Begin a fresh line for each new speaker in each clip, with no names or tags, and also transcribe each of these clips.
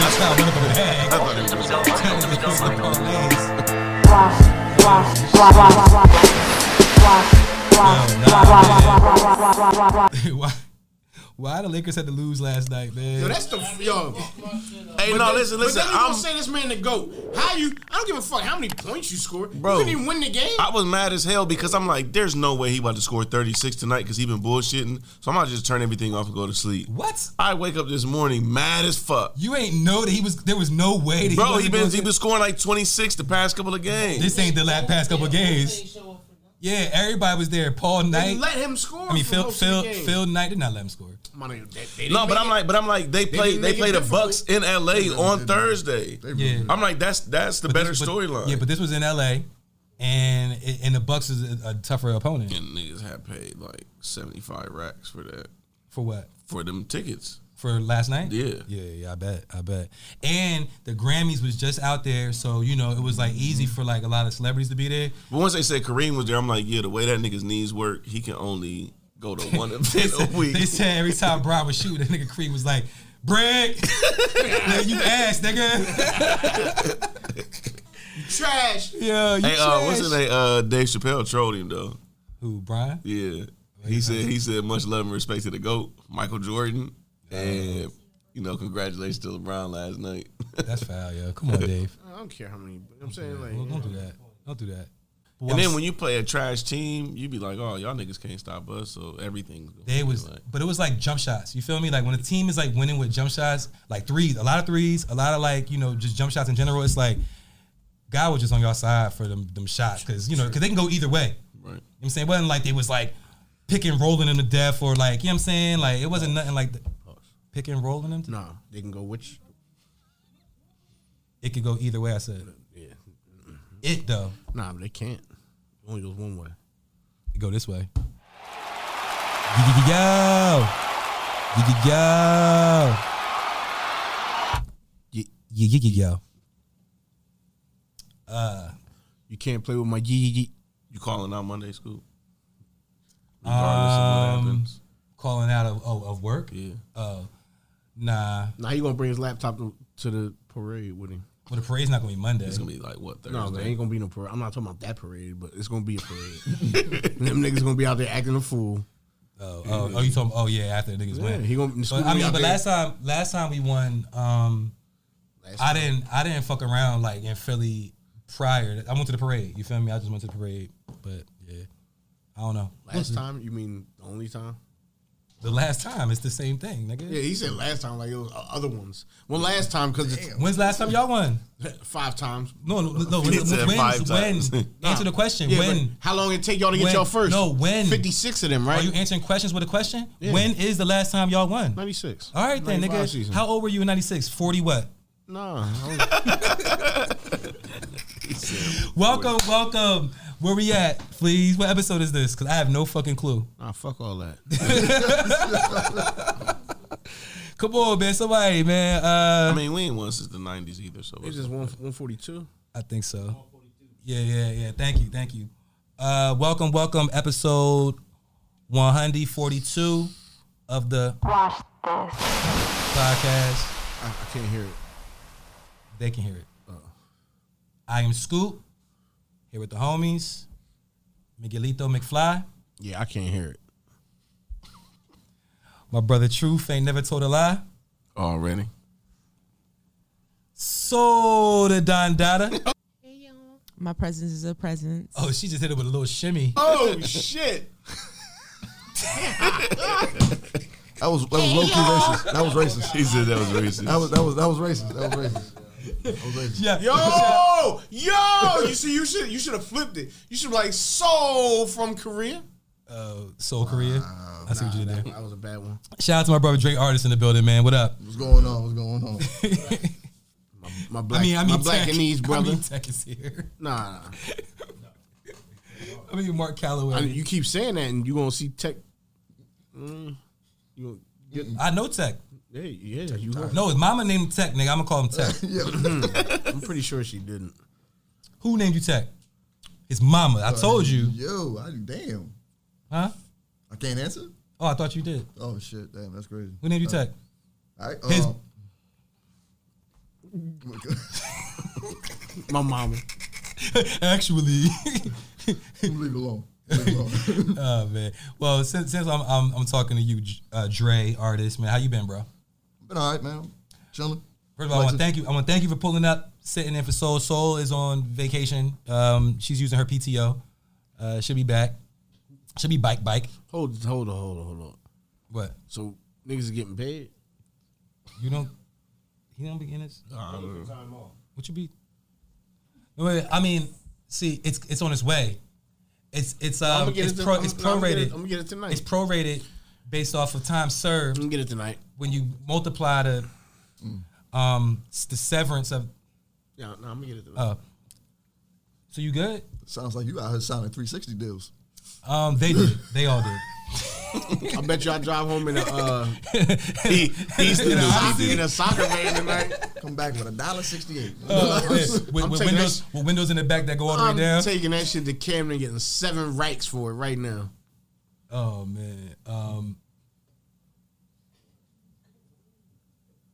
That's not one of them hang. Tell me who's the police. No, nah, man. Why? Why the Lakers had to lose last night, man?
Yo, that's the yo.
Hey, no, listen, listen.
But then you
I'm,
gonna say this man the goat? How you? I don't give a fuck how many points you score.
Bro.
you didn't even win the game.
I was mad as hell because I'm like, there's no way he about to score 36 tonight because he been bullshitting. So I'm about to just turn everything off and go to sleep.
what?
I wake up this morning mad as fuck.
You ain't know that he was. There was no way that
Bro,
he,
he
wasn't
been
gonna-
he been scoring like 26 the past couple of games.
This ain't the last past couple of games. Yeah, everybody was there. Paul
They
Knight.
let him score.
I mean,
for
Phil,
most of
Phil,
the game.
Phil Knight did not let him score.
Come on, they- they- they didn't
No,
make
but I'm
it.
like, but I'm like, they play
didn't
they
make it
play the
difficult.
Bucks in LA on Thursday.
Yeah.
I'm like, that's that's the
But
better
this- but-
storyline.
Yeah, but this was in L.A. and it, and the Bucks is a, a tougher opponent
and niggas had paid like 75 racks for that
for what
for them tickets.
for last night.
Yeah.
yeah, yeah. I bet, I bet. And the Grammys was just out there, so you know it was like easy
Mm-hmm.
for like a lot of celebrities to be there.
But once they said Kareem was there, I'm like, yeah, the way that nigga's knees work, he can only go to one
They
event
said,
a week.
they said every time Brian would shoot, that nigga Creed was like, "Brick, like, you ass, nigga."
trash.
Yo, you
Hey, uh, what's his
trash.
name? Uh, Dave Chappelle trolled him though.
Who, Brian?
Yeah, he said he said much love and respect to the goat, Michael Jordan, and you know congratulations to LeBron last night.
That's foul, yo. Come on, Dave.
I don't care how many. But I'm saying like,
Don't do that. Don't do that.
and then when you play a trash team, you be like, oh, y'all niggas can't stop us, so everything's. Gonna
They
be
was,
like-
but it was like jump shots. You feel me? Like when a team is like winning with jump shots, like threes, a lot of threes, a lot of like you know just jump shots in general. It's like God was just on your side for them them shots because you know because they can go either way. You know
right.
what I'm saying? It wasn't like they was like picking, rolling them to death or like, you know what I'm saying? Like it wasn't nothing like the, picking, rolling them. To,
nah, they can go which.
It could go either way, I said.
Yeah,
It though,
nah, but they can't. It only goes one way.
it go this way. Yo. Yo. Yo. Yo.
You can't play with my yee yee yee.
You calling out Monday school? Regardless of
Um,
what happens.
Calling out of oh, of work?
Yeah.
Oh. Nah.
Now he gonna bring his laptop to, to the parade with him.
Well the parade's not gonna be Monday.
It's gonna be like what Thursday?
No, there ain't gonna be no parade. I'm not talking about that parade, but it's gonna be a parade. Them niggas gonna be out there acting a fool.
Oh, oh, oh, you told me. Oh, yeah, after the niggas
Yeah,
win.
he gonna- the school
But, I
be
mean,
out
but
there.
last time, last time we won, um,
Last
I didn't, I didn't fuck around like in Philly prior. I went to the parade. You feel me? I just went to the parade, but yeah, I don't know.
Last time, you mean the only time?
The last time, it's the same thing, nigga.
Yeah, he said last time like it was o- other ones. Well, last time because it's
When's the last time y'all won?
five times.
No, no, no.
He
When?
said five
when?
times.
Nah.
Answer the question.
Yeah,
when?
but How long it take y'all to get
When?
y'all first?
No, when?
Fifty six of them, right?
Are you answering questions with a question? When is the last time y'all won?
Ninety six.
All right then, nigga. How old were you in '96? Forty what?
Nah,
Welcome, welcome. Where we at, please? What episode is this? Because I have no fucking clue.
nah, fuck all that.
Come on, man. Somebody, man.
I
Uh,
mean, we ain't won since the '90s either. So
It's just one one forty two.
I think so. Yeah, yeah, yeah. Thank you, thank you. Uh, welcome, welcome. Episode 142 of the
Watch this.
podcast.
I, I can't hear it.
They can hear it. Uh, I am Scoop here with the homies, Miguelito McFly.
Yeah, I can't hear it
My brother Truth ain't never told a lie.
already.
So the Don Dada.
My presence is a presence.
Oh, she just hit it with a little shimmy.
Oh shit!
That was that was low key racist. That was racist.
He said that was racist.
That was that was that was racist. That was racist. That was racist.
Yeah.
Yo, Oh, yo! You see, you should you should have flipped it. You should be like Soul from Korea.
Uh, Soul Korea.
Uh,
I see what you did there.
That was a bad one.
Shout out to my brother Drake Artist in the building, man. What up?
What's going on? What's going on?
My black,
I mean, I mean,
my black
Tech,
and these brother.
I mean, Tech is here.
nah, nah.
I mean, Mark Calloway.
I
I,
mean, you keep saying that, and you gonna see Tech. Mm, you gonna get,
know Tech.
yeah, yeah, you. gonna-
No, his mama named him Tech, nigga. I'm gonna call him Tech.
I'm pretty sure she didn't.
Who named you Tech? His mama. I told you,
Yo, I, damn.
huh?
I can't answer.
Oh, I thought you did.
Oh shit, damn, that's crazy.
Who named you Tech?
All right.
His-
um,
My mama.
Actually,
leave it alone. Leave it alone.
oh man. Well, since since I'm I'm, I'm talking to you, J- uh, Dre, artist man, how you been, bro?
Been all right, man. Chilling.
First of all, I
Like
want to
to-
thank you. I want to thank you for pulling up, sitting in for Soul. Soul is on vacation. Um, she's using her PTO. Uh, she'll be back. She'll be bike bike.
Hold, hold on, hold on, hold on.
What
So niggas is getting paid.
you don't? He don't be in this.
Time off.
What you be? No, wait, I mean, see, it's it's on its way. It's it's
I'm
um
gonna get
it's
it. to-
pro,
I'm-
it's
I'm gonna get it-
prorated.
I'm gonna get it tonight.
It's prorated based off of time served.
I'm gonna get it tonight.
when you multiply the um s- the severance of
Yeah, no, I'm gonna get it tonight.
uh so you good
Sounds like you out here signing 360 deals.
um they did they all did
I bet you I drive home in a uh,
He, he's the
In a
new.
in a soccer van tonight.
Come back with a dollar sixty-eight.
with,
I'm
with
taking
windows with windows in the back that go all the
I'm
way Oh, down
taking that shit to Camden, and getting seven racks for it right now.
oh man um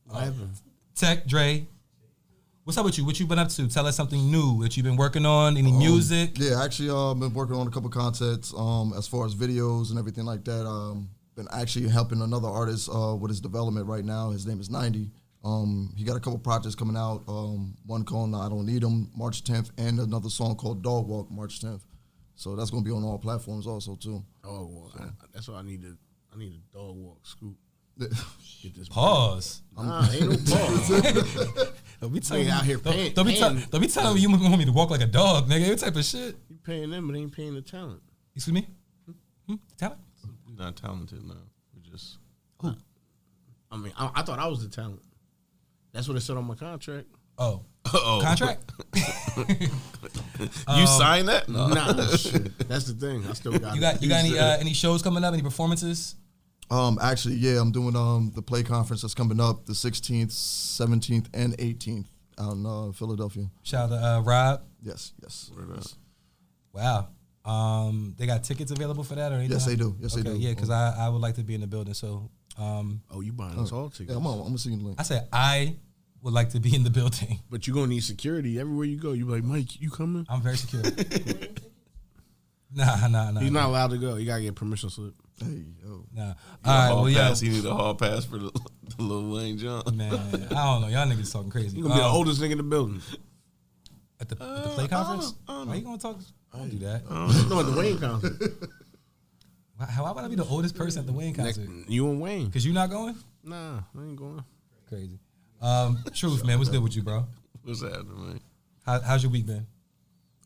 What happened?
tech Dre what's up with you what you been up to tell us something new that you've been working on any music
Yeah, actually, uh, been working on a couple concepts um, as far as videos and everything like that. Um, been actually helping another artist uh, with his development right now. His name is 90. Um, he got a couple projects coming out. Um, one called "I Don't Need 'Em" March 10th, and another song called "Dog Walk" March 10th. So that's gonna be on all platforms also too.
Oh, well, I- that's why I need to. I need a dog walk scoop. Get this.
pause
Nah, ain't no pause.
don't be
telling- out here paying-
don't, don't be tell,
paying-
don't be telling me you want me to walk like a dog nigga what type of shit
you paying them, but ain't paying the talent.
excuse me hmm? talent
We're not talented now. We're just.
I mean, I, I thought I was the talent. That's what it said on my contract.
oh
Oh,
contract Um,
You signed that? No.
Nah, shit. That's the thing. I still got.
You
it.
got you got any
He's
uh, any shows coming up? Any performances?
Um, actually, yeah, I'm doing um the play conference that's coming up the 16th, 17th, and 18th out in uh, Philadelphia.
Shout out to uh, Rob.
Yes, yes,
Wow. Um, they got tickets available for that or anything?
yes, they do. Yes,
okay,
they do.
yeah, because I, I would like to be in the building. So um,
the- oh, you buying us all
yeah,
tickets?
I'm, on, I'm gonna see you in the link.
I said I would like to be in the building.
But you gonna need security everywhere you go. You be like Mike, you coming?
I'm very secure. nah, nah, nah.
He's
nah.
not allowed to go. You gotta get permission slip.
Hey, yo.
nah.
All
All right,
hall
well, yeah,
pass. He need a hall pass for the, the Lil Wayne John.
man. I don't know. Y'all niggas talking crazy.
You gonna be
Um,
the oldest nigga in the building.
at the, at the play conference.
Uh, I don't
Why you gonna talk? I don't do that.
no, at the Wayne concert.
Why, how- why would I be the oldest person at the Wayne concert?
You and Wayne.
Cause you not going?
Nah, I ain't going.
Crazy. Um, truth, man. What's good with you, bro?
What's happening, man?
How, how's your week been?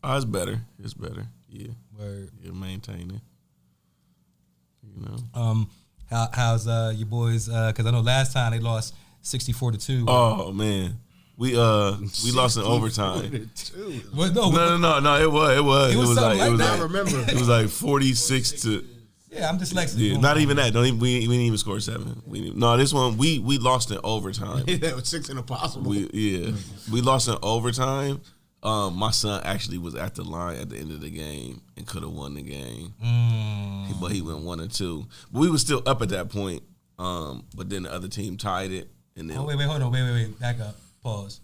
Oh, it's better. It's better. Yeah.
Word.
You're maintaining. You know.
Um, how, how's uh your boys? Uh, because I know last time they lost sixty four to two.
Oh man. We uh we lost in overtime.
What, no,
No, no, no, no. It was, it was,
It
it
was
was,
something
like,
like
it was
that.
like,
I remember.
It was like forty-six to.
yeah, I'm dyslexic.
Yeah, not even that. Don't even, we, we didn't even score seven. We didn't- no, this one we we lost in overtime.
that was six and impossible.
We yeah, we lost in overtime. Um, my son actually was at the line at the end of the game and could have won the game, but
Mm.
he went one and two. But we were still up at that point. Um, but then the other team tied it, and then
Oh wait, wait, hold on, wait, wait, wait. Back up. Pause.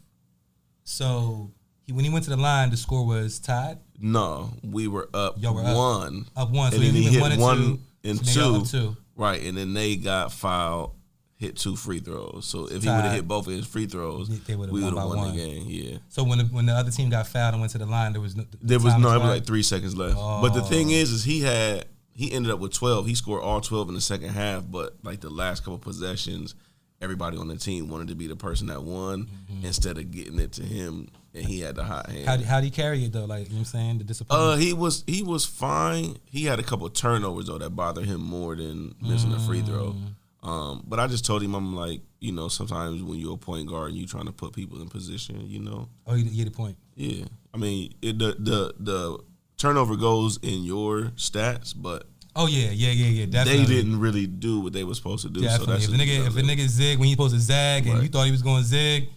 So he, when he went to the line, the score was tied.
no, we were up
Y'all were up.
one,
Up one, so
and then
you
he
went
hit
one
one
and
and,
two, so now y'all up two.
right? And then they got fouled, hit two free throws. So if he
Tied.
would have hit both of his free throws,
They- they
we
would've
would
won
have
by
won,
one.
the game. Yeah.
So when the, when the other team got fouled and went to the line, there was Oh. no. the
There was
time
no, it was
expired?
like three seconds left. But the thing is, is he had he ended up with twelve. He scored all twelve in the second half, but like the last couple possessions, everybody on the team wanted to be the person that won instead of getting it to him, and he had the hot hand.
Mm-hmm. How how do you carry it though? Like you know what I'm saying, the disappointment.
uh, he was he was fine. He had a couple turnovers though that bothered him more than missing a
Mm.
free throw. Um, but I just told him I'm like, you know, sometimes when you're a point guard and you trying to put people in position, you know,
oh, you, you get a point.
yeah, I mean it, the the the turnover goes in your stats, but
Oh yeah, yeah, yeah, yeah. Definitely.
they didn't really do what they were supposed to do.
Definitely.
So that's
if the nigga if the
just-
nigga zig when he supposed to zag and
Right.
you thought he was going zig,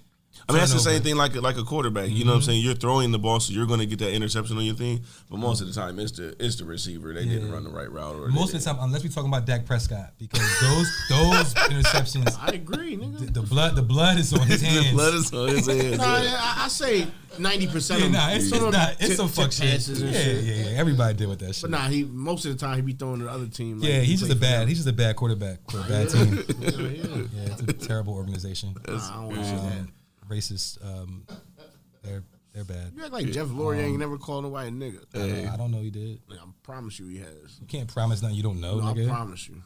I mean, that's the
Turnover. Mm-hmm.
same thing like like a quarterback. You know what I'm saying? You're throwing the ball, so you're going to get that interception on your thing. But most of the time, it's the it's the receiver. They didn't
Yeah.
run the right route. Or
Most of the time, unless we're talking about Dak Prescott, because those those interceptions,
I agree, nigga.
the, the blood the blood is on his hands.
the blood is on his hands.
Nah,
yeah.
I, I say ninety percent.
yeah, nah, it's, it's
some of them
not. It's
tip-
some fuck
tip
shit.
passes
Yeah,
and shit.
yeah, yeah. Everybody deal with that shit.
But nah, he most of the time he be throwing to the other team. like,
yeah,
he
he's just a
play for
bad.
them.
He's just a bad quarterback for a bad team.
Yeah, yeah.
Yeah, it's a terrible organization.
Nah, I don't want to see that.
Um, racist. Um, they're they're bad.
You act like Jeff Lurie ain't never called nobody nigga.
I don't know. He did.
Like, I promise you he has.
You can't promise nothing you don't know.
No, I
nigga.
promise you.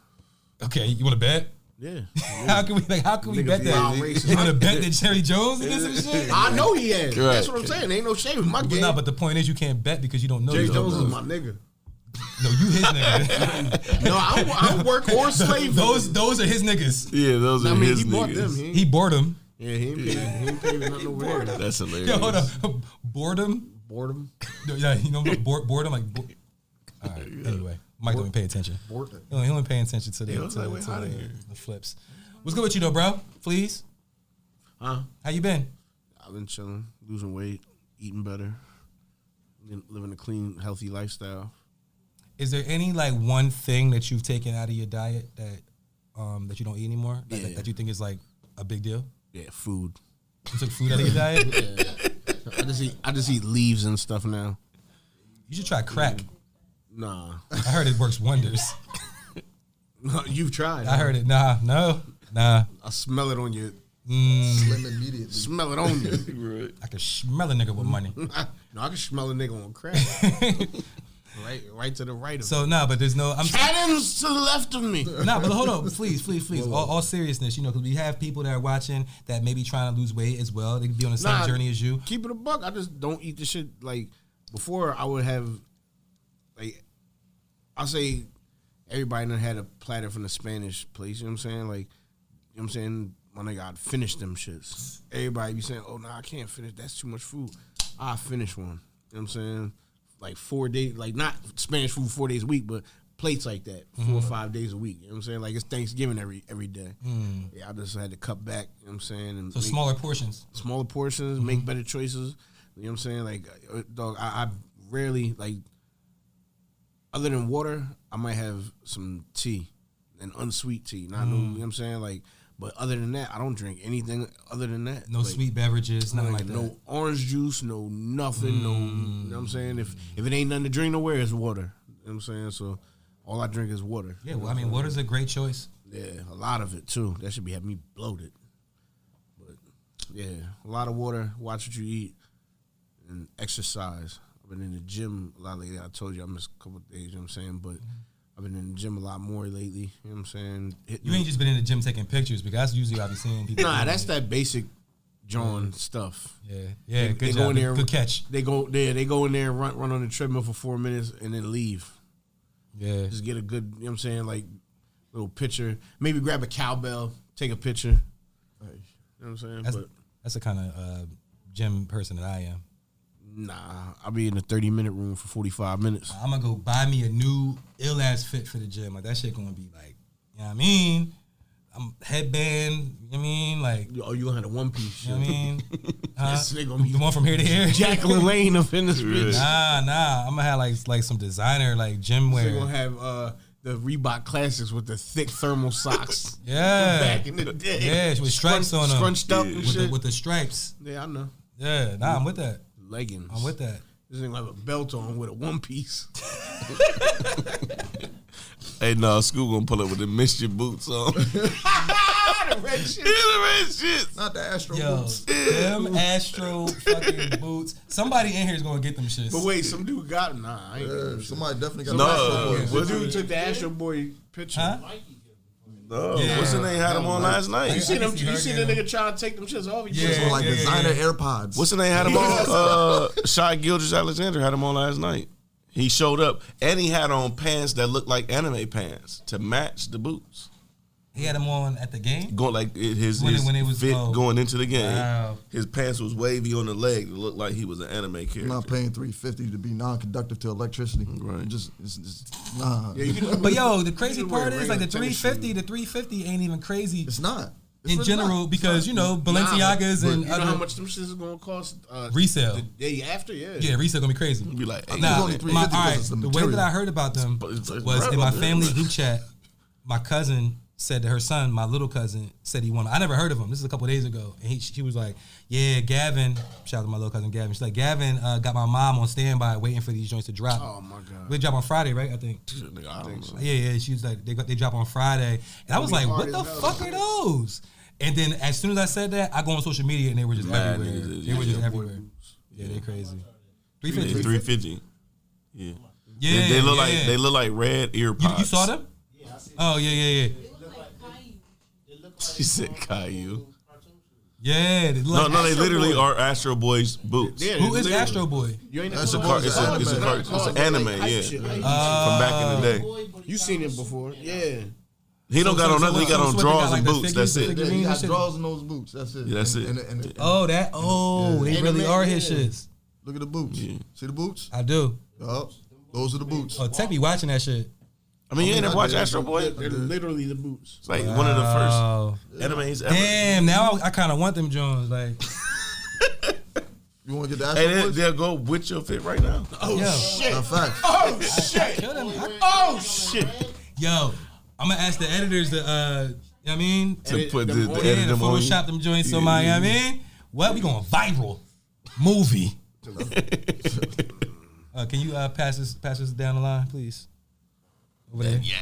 Okay, you want to bet?
Yeah.
How can we like? How can we
Niggas
bet that?
wild racist.
You want to bet that Jerry Jones is this and shit?
I know he has. That's
Right.
what I'm saying. Ain't no shame in my
But
game.
no, but the point is you can't bet because you don't know.
Jerry
you don't
Jones is
know.
my nigga.
No, you his nigga.
No, I, I work or slave.
those those are his niggas.
yeah, those
I
are
mean,
his
he bought
niggas.
them. He ain't,
He boredom.
yeah, he ain't paying. He ain't paying nothing over there.
That's hilarious.
Yo, hold up. Boredom.
Boredom.
No, yeah, you know what? Bored, boredom. Like, bo- all right. Anyway, Mike don't even pay attention.
Boredom.
He only, he only paying attention to the
Yeah, I
to,
was like, wait,
to
outta
the,
here.
the flips. What's good with you though, bro? Please.
Huh?
How you been?
I've been chilling, losing weight, eating better, li- living a clean, healthy lifestyle.
Is there any like one thing that you've taken out of your diet that um that you don't eat anymore? That,
Yeah.
that, that you think is like a big deal?
Yeah, food.
You took food out of your diet?
I just eat. I just eat leaves and stuff now.
You should try crack.
Nah,
I heard it works wonders.
you've tried.
I heard it. Nah, no, nah.
I smell it on you.
Slim immediately.
Smell it on you.
Right.
I can smell a nigga with money.
no, I can smell a nigga on crack. right, right to the right of me.
So nah, but there's no. I'm
Cannons to the left of me.
nah, but hold on, please, please, please. All, all seriousness, you know, because we have people that are watching that may be trying to lose weight as well. They could be on the same
Nah,
journey as you.
Keep it a buck. I just don't eat the shit like before. I would have like I say everybody done had a platter from the Spanish place. You know what I'm saying? Like you know what I'm saying. My nigga, I'd finish them shits. Everybody be saying, "Oh no, I can't finish. That's too much food." I finish one. You know what I'm saying? Like four days, like not Spanish food four days a week, but plates like that 4
Mm-hmm.
or five days a week. You know what I'm saying? Like it's Thanksgiving every every day. Yeah, I just had to cut back. You know what I'm saying? And
Mm. So
make-
smaller portions.
smaller portions,
Mm-hmm.
make better choices. You know what I'm saying? Like, uh, dog, I, I rarely like. Other than water, I might have some tea, an unsweet tea. Not
Mm.
no, you know what I'm saying? Like, but other than that, I don't drink anything other than that.
No
Like,
sweet beverages, nothing like that.
no orange juice, no nothing, no. You know what I'm saying? If if it ain't nothing to drink nowhere, it's water. You know what I'm saying? So, all I drink is water.
Yeah, well, I mean, water's a great choice.
Yeah, a lot of it too. That should be having me bloated. But yeah, a lot of water. Watch what you eat and exercise. I've been in the gym a lot lately. I told you I missed a couple of days. You know what I'm saying? But
Mm-hmm.
I've been in the gym a lot more lately. You know what I'm saying? Hitting
You ain't just been in the gym taking pictures because that's usually what I be seeing people.
nah.
doing.
That's that basic drawing stuff.
yeah, Mm-hmm. yeah.
They-
good
they go
job.
in there-
Good catch.
They go there. They go in there and run run on the treadmill for four minutes and then leave.
Yeah,
Just get a good. You know what I'm saying? Like little picture. Maybe grab a cowbell. Take a picture. You know what I'm saying?
that's
but
that's the kind of uh, gym person that I am.
Nah, I'll be in a 30 minute room for 45 minutes.
I'm gonna go buy me a new ill ass fit for the gym. Like that shit gonna be like, you know what I mean? I'm headband. You know what I mean? Like, you
Oh, you gonna have a one piece.
know what I mean?
This
Huh?
nigga gonna be
The one from here to here.
Jacqueline Lane up in this bitch.
Nah, nah. I'm gonna have like like some designer like gym
They gonna
wear.
have uh, the Reebok classics with the thick thermal socks.
Yeah,
Back in the day,
Yeah, with stripes on
Scrunch-
'em.
scrunched up and
with
shit.
the, with the stripes.
yeah, I know
Yeah, nah. I'm with that.
leggings.
I'm with that.
This nigga gonna have a belt on with a one piece.
Hey, no, school gonna pull up with the mischief boots on. yeah,
The red shit.
the red shit.
Not the Astro
Yo,
boots.
them Astro fucking boots. Somebody in here is gonna get them shits.
But wait, some dude got him. Nah, I ain't.
Yeah, Uh, somebody definitely got
No.
the Astro
The
boots.
What-
dude took the Astro Boy picture.
Huh?
No, what's his name? Had him on last
I-
You
night.
seen
I
him?
can see
You
her
seen the
getting
nigga trying to take them shits off? He
Yeah.
just
So like
yeah,
designer
yeah.
AirPods.
What's the name? Had him on. Uh, Shy Gilders Alexander had him on last night. He showed up and he had on pants that looked like anime pants to match the boots.
He had them on at the game.
Going like it- his,
When it-
his
when it was
fit
low.
going into the game.
Wow.
His pants was wavy on the leg. It looked like he was an anime
I'm
character.
not paying 350 to be non-conductive to electricity.
Right.
Just, it's, it's, nah.
Yeah, you can-
But yo, the crazy
You wear
part is like the
regular tennis
350. The 350 ain't even crazy.
it's not.
in
really
general
not.
because you know
Nah,
Balenciagas
but
and
you know
other
how much them shits is gonna cost? Uh,
resale.
the day after, yeah.
yeah, resale gonna be crazy.
You be like, hey,
Now,
only
my,
350
all right,
because it's
the,
the
way that
material.
I heard about them
But it's like
was
right
in my
about there,
family
right?
group chat. My cousin said that her son, my little cousin, said he won. I never heard of him. This is a couple days ago, and he, she was like, "Yeah, Gavin." Shout out to my little cousin Gavin. She's like, "Gavin uh, got my mom on standby, waiting for these joints to drop."
Oh my god.
They drop on Friday, right? I think.
nigga, I don't know.
Yeah, yeah. She was like, they got they drop on Friday, and I was like, what the fuck are those? And then as soon as I said that, I go on social media and they were just
Mad
everywhere.
niggas is-
They were
yeah.
just everywhere. Yeah, they crazy. Three
It's
fifty.
three fifty. Yeah.
Yeah,
They, they look
yeah.
like they look like red ear
You,
pods.
you saw them? Oh yeah, yeah, yeah,
She said Caillou.
yeah. They look
No,
like-
no, they literally are Astro Boy's boots.
Yeah,
Who
it's
is
literally-
Astro Boy?
You ain't
That's a
never-
car. It's a it's a
anime.
car. It's an anime. Yeah,
Uh,
from back in the day.
You seen it before? Yeah.
He don't got on nothing. He got on
So, so what, they got
drawers and
like the
boots.
figures,
That's
the
it.
Yeah, he
Green
got
shit.
draws in those boots. That's it.
Yeah, that's
And-
it.
and- and- and-
Oh, that. Oh, they really
Anime,
are his
yeah.
shits.
Look at the boots.
Yeah.
See the boots?
I do.
Yup. Those are the boots.
Oh, Tech be watching that shit.
I mean, you ain't never watched
I did.
Astro Boy.
They're literally the boots.
It's like one of the first
Oh,
animes ever.
damn. Now I, I kind of want them Jones. Like,
You want to get the
Hey, they,
Astro Boys?
they'll go with your fit right now.
oh, yo,
Not fact.
Oh shit!
kill them.
Oh shit!
Yo, I'm gonna ask the editors to, uh, you know what I mean,
To put the, the
yeah,
edit
to
them on.
Photoshop them joints
Yeah,
on my, you know
yeah,
what I mean, what we going viral movie. uh, can you uh, pass this pass this down the line, please? Over there.
Yeah.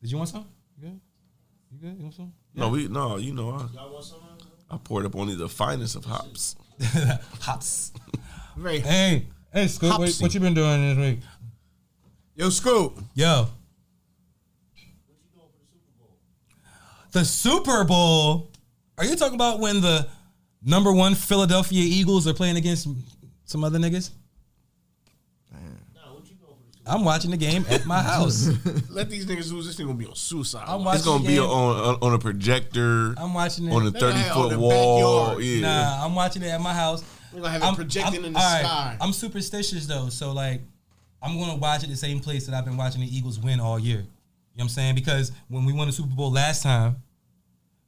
Did you want some? You good? You good? You want some?
No, we no. You know, I, I poured up only the finest of hops.
Hops.
Very.
Hey, hey, Scoop, what,
Hopsy.
what you been doing this week?
Yo, Scoop.
Yo. The Super Bowl. Are you talking about when the number one Philadelphia Eagles are playing against some other niggas? I'm watching the game at my house.
Let these niggas lose. This thing gonna be on suicide.
I'm watching.
It's gonna
the
be
game.
on on, on a projector,
I'm watching it.
on a thirty
have it on
foot
the
wall.
backyard.
Yeah.
Nah, I'm watching it at my house.
We're gonna have it projecting in the
all
sky.
I'm superstitious though, so like I'm gonna watch it the same place that I've been watching the Eagles win all year. You know what I'm saying? Because when we won the Super Bowl last time,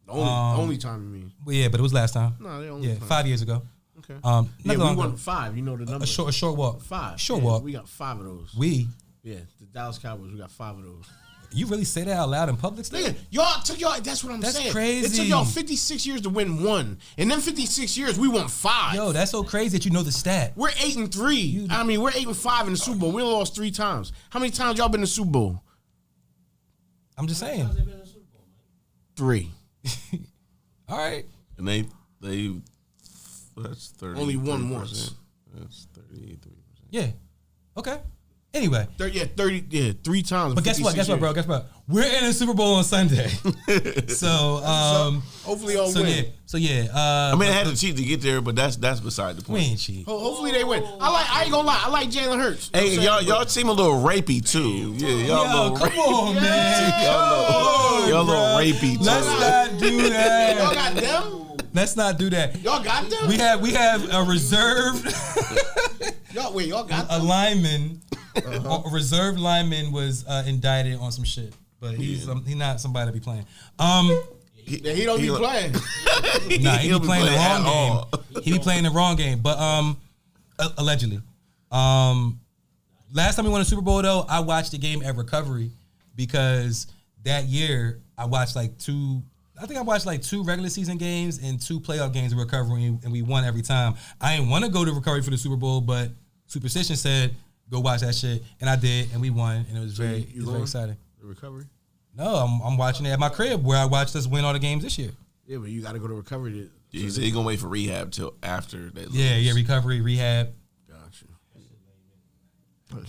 the only,
um,
only time you mean.
well, yeah, but it was last time.
No, they only
yeah,
time.
five years ago.
Okay.
Um,
yeah,
not
we
long
won
ago.
five. You know the number.
a short, a short walk.
five.
Short
yeah,
walk.
We got five of those.
We.
yeah, the Dallas Cowboys. We got five of those.
You really say that out loud in public? Steve?
Nigga, y'all took y'all. That's what I'm
That's
saying. It
crazy.
took y'all 56 years to win one, and then 56 years we won five.
Yo, that's so crazy that you know the stat.
we're eight and three. I mean, we're eight and five in the Super Bowl. We lost three times. How many times y'all been in the Super Bowl?
I'm just saying.
Three.
All right.
And they they that's thirty.
Only won once.
That's thirty three percent.
Yeah. Okay. Anyway,
Thir- yeah, thirty. Yeah, three times. in
but guess what?
56
Guess what, bro?
years.
Guess what? We're in a Super Bowl on Sunday, so um,
Hopefully, y'all
so
win.
yeah, so yeah. Uh,
I mean, I had to cheat to get there, but that's that's beside the
we
point.
ain't cheat.
Ho- Hopefully they win. I like. I ain't gonna lie. I like Jalen Hurts.
Hey, y'all y'all seem a little rapey too. Yeah, y'all a
Yo,
little
come
rapey.
on, man.
Y'all a little, y'all a little rapey too.
Let's not do
Y'all
that.
got them.
Let's not do that.
Y'all got them.
We have we have a reserved.
y'all wait. Y'all got
a
them.
lineman, a reserve lineman, was uh, indicted on some shit, but he's um, he's not somebody to be playing. Um,
Yeah, he don't be
He-
playing.
nah, he
He'll
be playing the
at
wrong
all.
game. He be playing the wrong game, but um, a- allegedly, um, last time we won a Super Bowl though, I watched the game at Recovery because that year I watched like two. I think I watched like two regular season games and two playoff games of recovery, and we won every time. I didn't want to go to recovery for the Super Bowl, but superstition said go watch that shit, and I did, and we won, and it was very, it was very
going?
exciting.
The recovery.
No, I'm, I'm watching it at my crib where I watched us win all the games this year.
Yeah, but you got to go to recovery. To,
He said he gonna wait for rehab till after they lose.
Yeah, yeah, recovery, rehab.
Gotcha.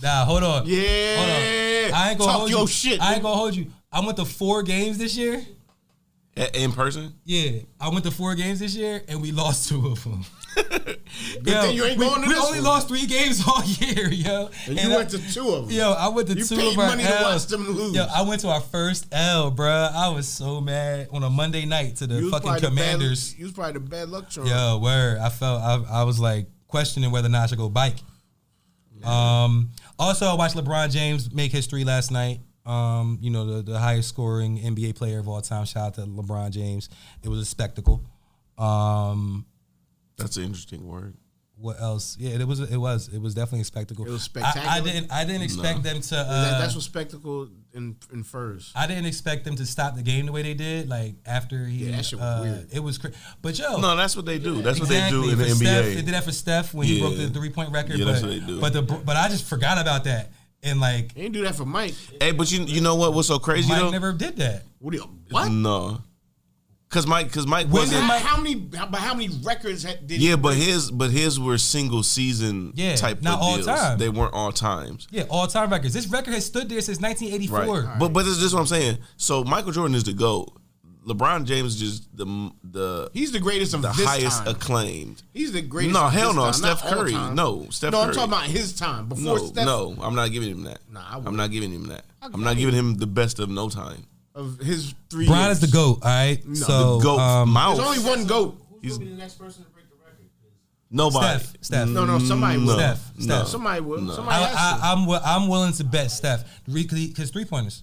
Nah, hold on. Hold on.
Yeah.
I ain't gonna
Talk
hold
your
you.
shit.
I ain't gonna hold you. I went to four games this year.
A- in person.
Yeah, I went to four games this year and we lost two of them. Good
thing you ain't
we,
going to
we
this
only
one.
lost three games all year, yo.
And you
I-
went to two of them.
Yo, I went to
You
two
paid
of our
money to watch
L's.
them lose.
Yo, I went to our first L, bruh. I was so mad on a Monday night to the
You was
fucking
probably the bad-
Commanders.
You was probably the bad luck charm.
Yo, word. I felt I, I was like questioning whether or not I should go bike. Um, also, I watched LeBron James make history last night. um, you know, the, the highest scoring NBA player of all time. Shout out to LeBron James. It was a spectacle. Um,
That's an interesting word.
what else? Yeah, it was it was it was definitely a spectacle.
It was
I- I,
spectacular?
didn't I didn't expect them to. Uh,
That, that's what spectacle in, infers.
I didn't expect them to stop the game the way they did. Like after he,
Yeah, that shit was
uh,
weird.
it was crazy. But yo,
No, that's what they do. That's what they do in the
for Steph,
NBA.
they did that for Steph when he
Yeah.
broke the three point record.
Yeah,
but,
that's what they do.
But the but I just forgot about that and like
They didn't do that for Mike.
Hey, but you you know what? What's so crazy
Mike
though?
never did that.
What? Do you, what?
No, because Mike, because Mike
When
wasn't.
did Mike-
how many? How, but how many records had, did?
yeah, but his but his were single season
Yeah,
type
not
of
all
deals.
time.
They weren't all times.
Yeah, all time records. This record has stood there since 1984.
Right. But but this is what I'm saying. So Michael Jordan is the goat. LeBron James is just the the
He's the greatest of
the
this
highest
time.
acclaimed.
He's the greatest.
No,
of
hell
his
no.
time,
Steph
not all
Curry.
time.
No, Steph
no, I'm
Curry.
talking about his time before
No,
Steph
no, I'm not giving him that.
Nah, I
I'm
would.
not giving him that. I'm not giving him the best of no time.
of his three.
Bron
years.
is the goat. All right. so
the goat
um,
mouth.
There's only one goat.
He's-
be the next person to break the record.
Nobody.
Steph. Steph.
No, no, somebody will.
Steph.
No.
Steph.
Somebody will.
I,
Somebody has to.
I, I'm wi- I'm willing to bet Steph because three pointers.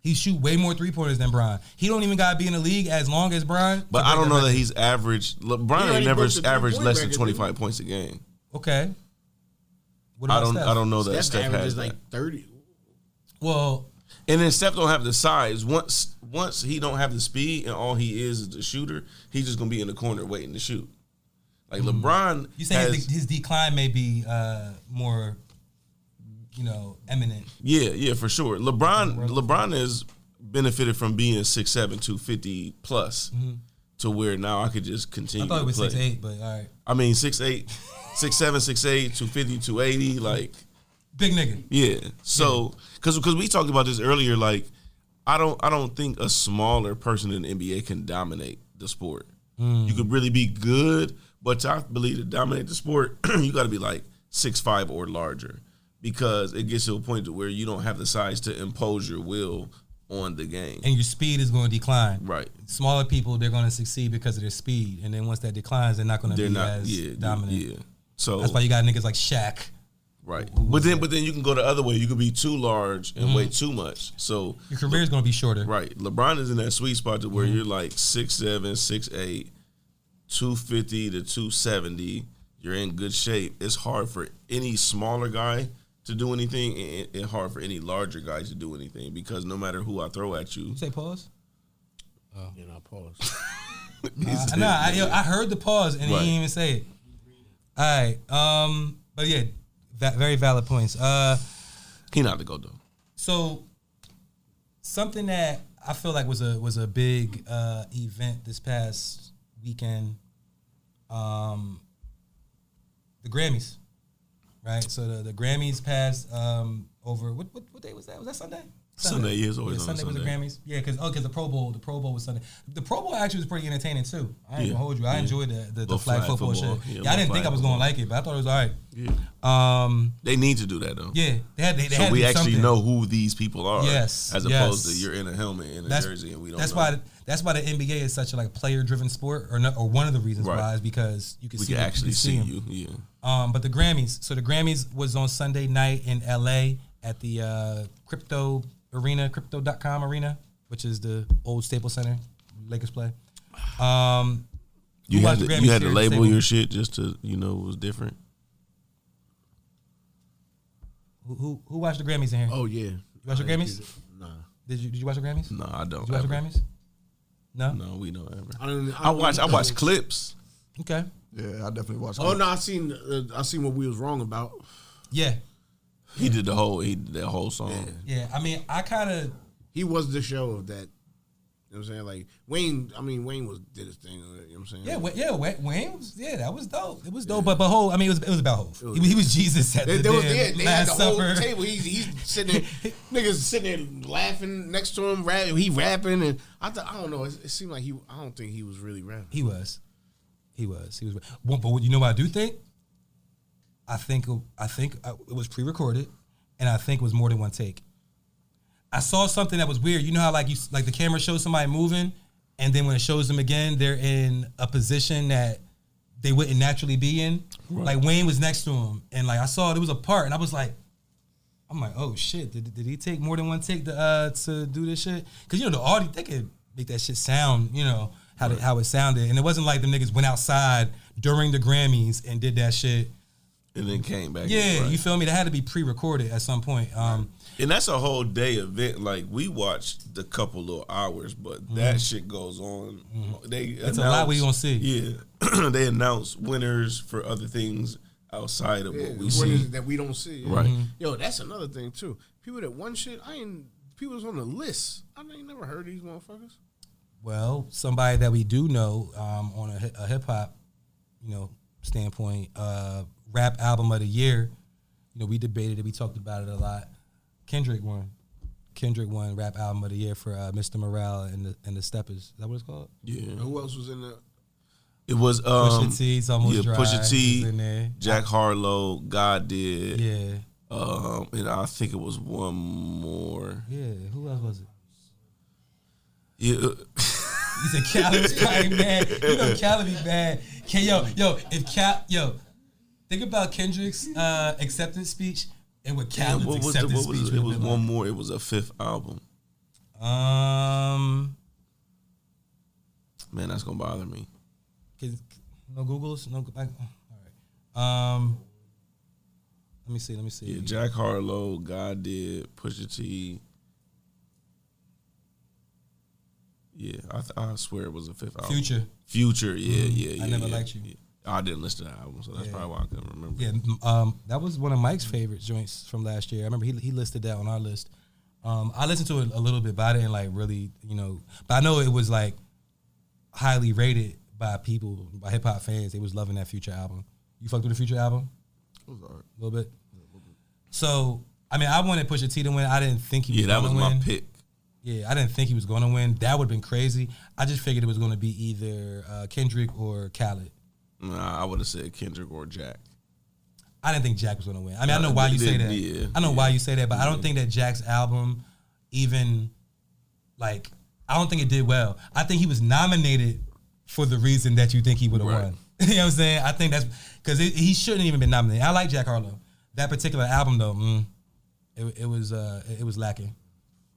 He shoot way more three pointers than Bron. He don't even gotta be in the league as long as Bron.
But I don't know that he's averaged. LeBron
He already
ain't never
broke the
averaged
three-point
less than
record,
25 points a game.
Okay. What
I
about
don't.
Steph?
I don't know that
That's
Steph,
average
has
is
that.
like thirty.
Well,
and then Steph don't have the size. Once once he don't have the speed, and all he is is the shooter. He's just gonna be in the corner waiting to shoot. Like LeBron,
Mm-hmm. you saying
has-
his, his decline may be uh, more, you know, eminent.
Yeah, yeah, for sure. LeBron LeBron has benefited from being 6'7", 250 plus to where now I could just continue
Mm-hmm. I thought
to
it was
play.
six eight, but all right,
I mean 6'8", 6'7", 6'8", 250, 280, like
big nigga.
yeah. So cuz cuz we talked about this earlier like I don't I don't think a smaller person in the NBA can dominate the sport.
Hmm.
You could really be good, but to, I believe to dominate the sport, you got to be like six five or larger because it gets to a point to where you don't have the size to impose your will on the game.
and your speed is going to decline.
Right.
Smaller people, they're going to succeed because of their speed, and then once that declines, they're not going to
They're
be
not
as
yeah
dominant.
yeah. So
That's why you got niggas like Shaq.
right, but then but then you can go the other way. You can be too large
Mm-hmm.
and weigh too much. So
Your career is going to be shorter.
Right. LeBron is in that sweet spot to
Mm-hmm.
where you're like 6'7, 6'8, 250 to 270. You're in good shape. It's hard for any smaller guy to do anything and and hard for any larger guy to do anything because no matter who I throw at you.
You say pause?
You know, pause.
Uh, nah, I, yo, I heard the pause and
Right.
he didn't even say it. All right. Um, but yeah, va- very valid points. Uh,
He not the go though.
so something that I feel like was a was a big uh, event this past weekend. Um, the Grammys, right? So the, the Grammys passed um, over. What, what what day was that? Was that Sunday?
Sunday, yeah, it's always on
Sunday, was the
Sunday.
Grammys. Yeah, because oh, because the Pro Bowl, the Pro Bowl was Sunday. The Pro Bowl actually was pretty entertaining too. I ain't
Yeah,
gonna hold you. I
yeah.
enjoyed the the, the
Little
flag,
flag
football,
football,
shit.
yeah,
Yeah, I
little
didn't think
flag
I was
football.
gonna like it, but I thought it was all right. Um,
They need to do that though.
yeah, they had they, they
So
had to
we
do
actually
something.
know who these people are.
Yes,
As
yes.
opposed to you're in a helmet and a
that's,
jersey and we don't
that's
know.
why that's why the NBA is such a like player driven sport or no, or one of the reasons
Right.
why is because you can
we
see
can
the-
actually
can
see
'em.
you. Yeah.
Um, but the Grammys. So the Grammys was on Sunday night in LA at the uh, Crypto Arena, Crypto.com Arena, which is the old Staples Center Lakers play. Um,
You,
watched
had
the
to,
Grammys
you had to
series,
label
Staples.
your shit just to you know it was different.
Who, who who watched the Grammys in here?
Oh yeah. You
watch the Grammys?
Nah.
Did you did you watch the Grammys?
No, I don't.
Did you watch the
ever.
Grammys? No.
No, we don't ever.
I don't.
I watch. I watch clips.
Okay.
Yeah, I definitely watched.
Oh
it.
no, I seen. Uh, I seen what we was wrong about.
Yeah.
He did the whole. He did that whole song.
Yeah. I mean, I kind of.
He was the show of that. You know what I'm saying? Like Wayne. I mean, Wayne was did his thing. You know what I'm saying?
Yeah, Wa- yeah, Wa- Wayne was yeah, that was dope. It was dope, but but whole I mean it was it was about Hov. He, was- he was Jesus at
They,
the
they was,
damn
yeah, they had
Last
the
Supper.
whole table. He's, he's sitting there, niggas sitting there laughing next to him, rap, he rapping, and I thought I don't know. It, it seemed like he. I don't think he was really rapping.
He was, he was, he was. Well, But you know what I do think? I think I think uh, it was pre-recorded, and I think it was more than one take. I saw something that was weird. You know how like you like the camera shows somebody moving, and then when it shows them again, they're in a position that they wouldn't naturally be in. Like Wayne was next to him, and like I saw it, it was a part, and I was like, I'm like, oh shit, did, did he take more than one take to uh to do this shit? Cause you know the audio they could make that shit sound, you know, how the, how it sounded. And it wasn't like them niggas went outside during the Grammys and did that shit.
and then came back.
Yeah,
Right.
you feel me? That had to be pre-recorded at some point. Um
And that's a whole day event. Like we watched the couple little hours, but that shit goes on. They
It's Mm-hmm. a lot we
announce-
gonna see.
Yeah, they announce winners for other things outside of
Yeah,
what we
winners
see.
that we don't see.
Right. Mhm.
Yo, that's another thing too. People that won shit, I ain't people that's on the list. I ain't never heard of these motherfuckers.
Well, somebody that we do know um, on a, hi- a hip hop, you know, standpoint, uh, rap album of the year. You know, we debated it. We talked about it a lot. Kendrick won. Kendrick won rap album of the year for uh, Mr. Morale and the and the Steppers. Is that what it's called?
Yeah,
Who else was in the
it was um,
Pusha T's almost
yeah,
dry.
Pusha
was in
T,
there.
Jack Harlow, God did,
Yeah,
um, and I think it was one more.
yeah. Who else was it?
Yeah, uh,
He said Cal is probably bad. You know Cal be bad. Can yo yo if Cal yo think about Kendrick's uh, acceptance speech and what
And
Cal's
what was the,
acceptance
what was
speech
it? It was
would've been
one more. It was a fifth album.
like. Um,
Man, that's gonna bother me.
'cause- no Googles, no. Like, all right. Um, let me see. Let me see.
Yeah, Jack Harlow, God did, Pusha T. Yeah, I, th- I swear it was a fifth album.
Future. Mm-hmm.
Future, yeah, yeah, yeah.
I Never
yeah,
Liked You.
yeah. I didn't listen to that album, so that's
Yeah.
probably why I couldn't remember.
Yeah, m- um, that was one of Mike's favorite joints from last year. I remember he, he listed that on our list. Um, I listened to it a little bit, but I didn't like really, you know. But I know it was like highly rated by people, by hip hop fans. They was loving that Future album. You fucked with the Future album
It was all right.
a little bit. So I mean, I wanted Pusha T to win. I didn't think he was.
Yeah, that was
gonna
my
win.
pick.
Yeah, I didn't think he was going to win. That would have been crazy. I just figured it was going to be either uh, Kendrick or Khaled.
Nah, I would have said Kendrick or Jack.
I didn't think Jack was gonna win. I mean, I
No,
know why
they
you say
didn't,
that.
Uh, yeah,
I know why you say that, but I don't think that Jack's album even like I don't think it did well. I think he was nominated for the reason that you think he would have
Right.
won. you know what I'm saying? I think that's because he shouldn't even been nominated. I like Jack Harlow. That particular album though, mm, it, it was uh, it was lacking.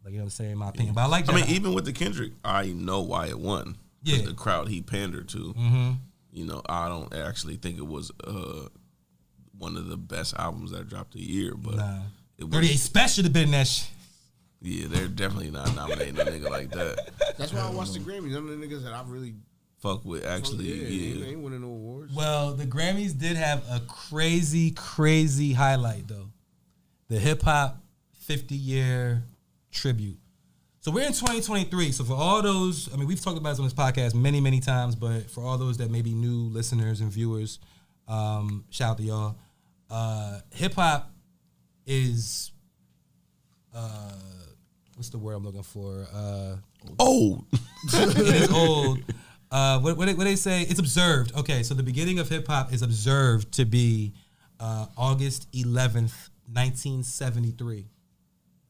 Like you know what I'm saying, in my opinion. But I like.
I
Jack.
mean, even with the Kendrick, I know why it won. 'Cause
Yeah. Mm-hmm.
the crowd he pandered to. You know, I don't actually think it was uh, one of the best albums that dropped the year, but
Nah.
it was.
38 Special to been in that shit.
Yeah, they're definitely not nominating a nigga like that.
That's why I watched the Grammys. None of the niggas that I've really
Fuck with actually,
yeah,
yeah.
They ain't winning no awards.
Well, the Grammys did have a crazy, crazy highlight though. The hip hop 50 year tribute. So we're in 2023. So for all those, I mean, we've talked about this on this podcast many, many times, but for all those that may be new listeners and viewers, um, shout out to y'all. Uh, hip hop is uh, what's the word I'm looking for? Uh,
Oh,
it is old. Uh, what, what, they, what they say? It's observed. Okay, so the beginning of hip hop is observed to be uh, August 11th, 1973.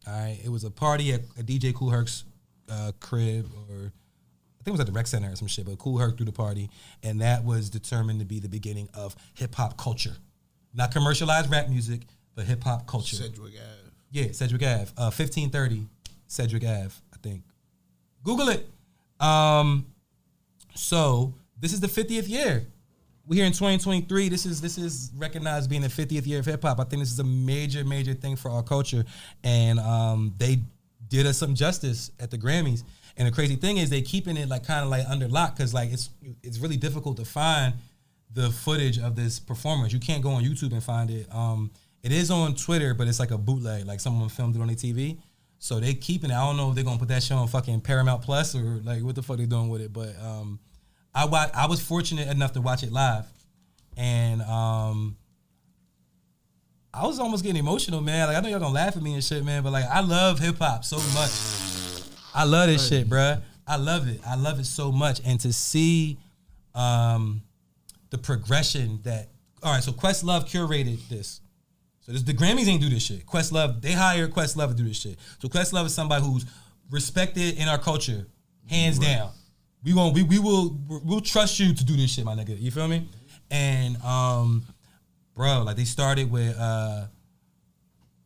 All right, it was a party at, at DJ Cool Herc's uh, crib, or I think it was at the rec center or some shit, but Cool Herc threw the party, and that was determined to be the beginning of hip hop culture. Not commercialized rap music, but hip hop culture.
Cedric Ave.
Yeah, Cedric Ave. Uh, 1530 Cedric Ave, I think. Google it. Um, so this is the 50th year. We're here in 2023. This is this is recognized being the 50th year of hip hop. I think this is a major, major thing for our culture. And um, they did us some justice at the Grammys. And the crazy thing is they keeping it like kind of like under lock because like it's it's really difficult to find the footage of this performance. You can't go on YouTube and find it. Um, it is on Twitter, but it's like a bootleg, like someone filmed it on their TV. So they keeping it. I don't know if they're gonna put that show on fucking Paramount Plus or like what the fuck they doing with it. But um, I wa- I was fortunate enough to watch it live, and um, I was almost getting emotional, man. Like I know y'all gonna laugh at me and shit, man. But like I love hip hop so much. I love this shit, bruh. I love it. I love it so much. And to see, um, the progression that all right. So Questlove curated this. So this, the Grammys ain't do this shit. Questlove, they hire Questlove to do this shit. So Questlove is somebody who's respected in our culture, hands down. We won't, we, we will, we'll trust you to do this shit, my nigga. You feel me? And um, bro, like they started with uh,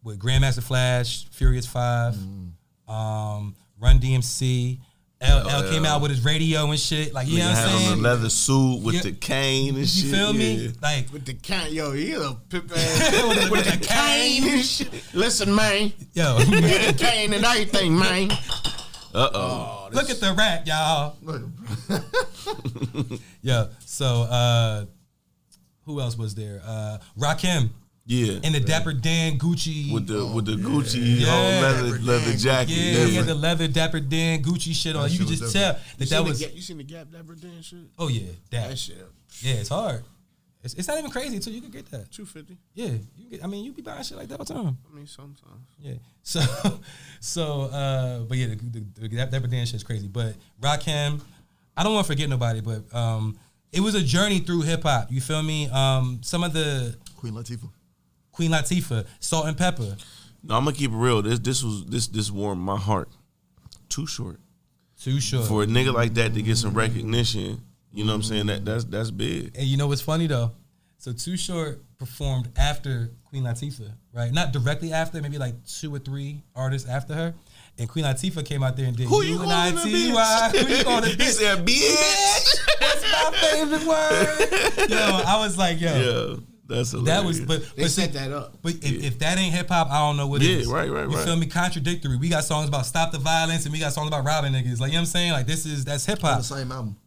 with Grandmaster Flash, Furious Five,
Mm.
um, Run DMC. L, L came out with his radio and shit. Like you know
Nigga
what
had
I'm
on
saying?
a leather suit with
Yeah.
the cane and shit.
You feel
yeah.
me? Like
With the cat, yo, he a pip ass.
with the cane.
Listen, man,
Yo,
the cane and everything, man.
look at the rap, y'all.
Look,
Yeah. So uh, who else was there? Uh, Rakim
Yeah.
and the Dapper Dan Gucci.
with the with the Gucci
Yeah.
whole leather leather jacket.
yeah, he had the leather Dapper Dan Gucci shit on.
That
You
shit
could
was
just tell
different.
that
You
that
seen
was.
the Gap- you seen the Gap Dapper Dan shit?
Oh yeah,
That
that.
shit,
Yeah, it's hard. It's, it's not even crazy too. You can get that.
two fifty.
Yeah, you can get. I mean, you be buying shit like that all the time.
I mean, sometimes.
Yeah. So, so, uh, but yeah, the, the, the, that, that Dan shit's crazy. But Rakim, I don't want to forget nobody, but um, it was a journey through hip hop. You feel me? Um, some of the
Queen Latifah.
Queen Latifah, Salt and Pepper.
No, I'm gonna keep it real. This this was this this warmed my heart. Too short
Too short.
for a nigga like that to get some recognition. You know what I'm saying? That that's that's big.
And you know what's funny though? So Too Short performed after Queen Latifah, right? Not directly after, maybe like two or three artists after her. And Queen Latifah came out there and did
Who you calling a
U-N-I-T-Y. Who you calling a
He
bitch?
said, "Bitch."
That's my favorite word. Yo, I was like, yo,
Yeah, that's hilarious.
that was, but
They
but
set
see-
that up.
But if, if that ain't hip hop, I don't know what it
Yeah,
is.
right, right,
You
right.
feel me? Contradictory. We got songs about stop the violence, and we got songs about robbing niggas. Like you know what I'm saying? Like this is that's hip
On the
hop.
same album.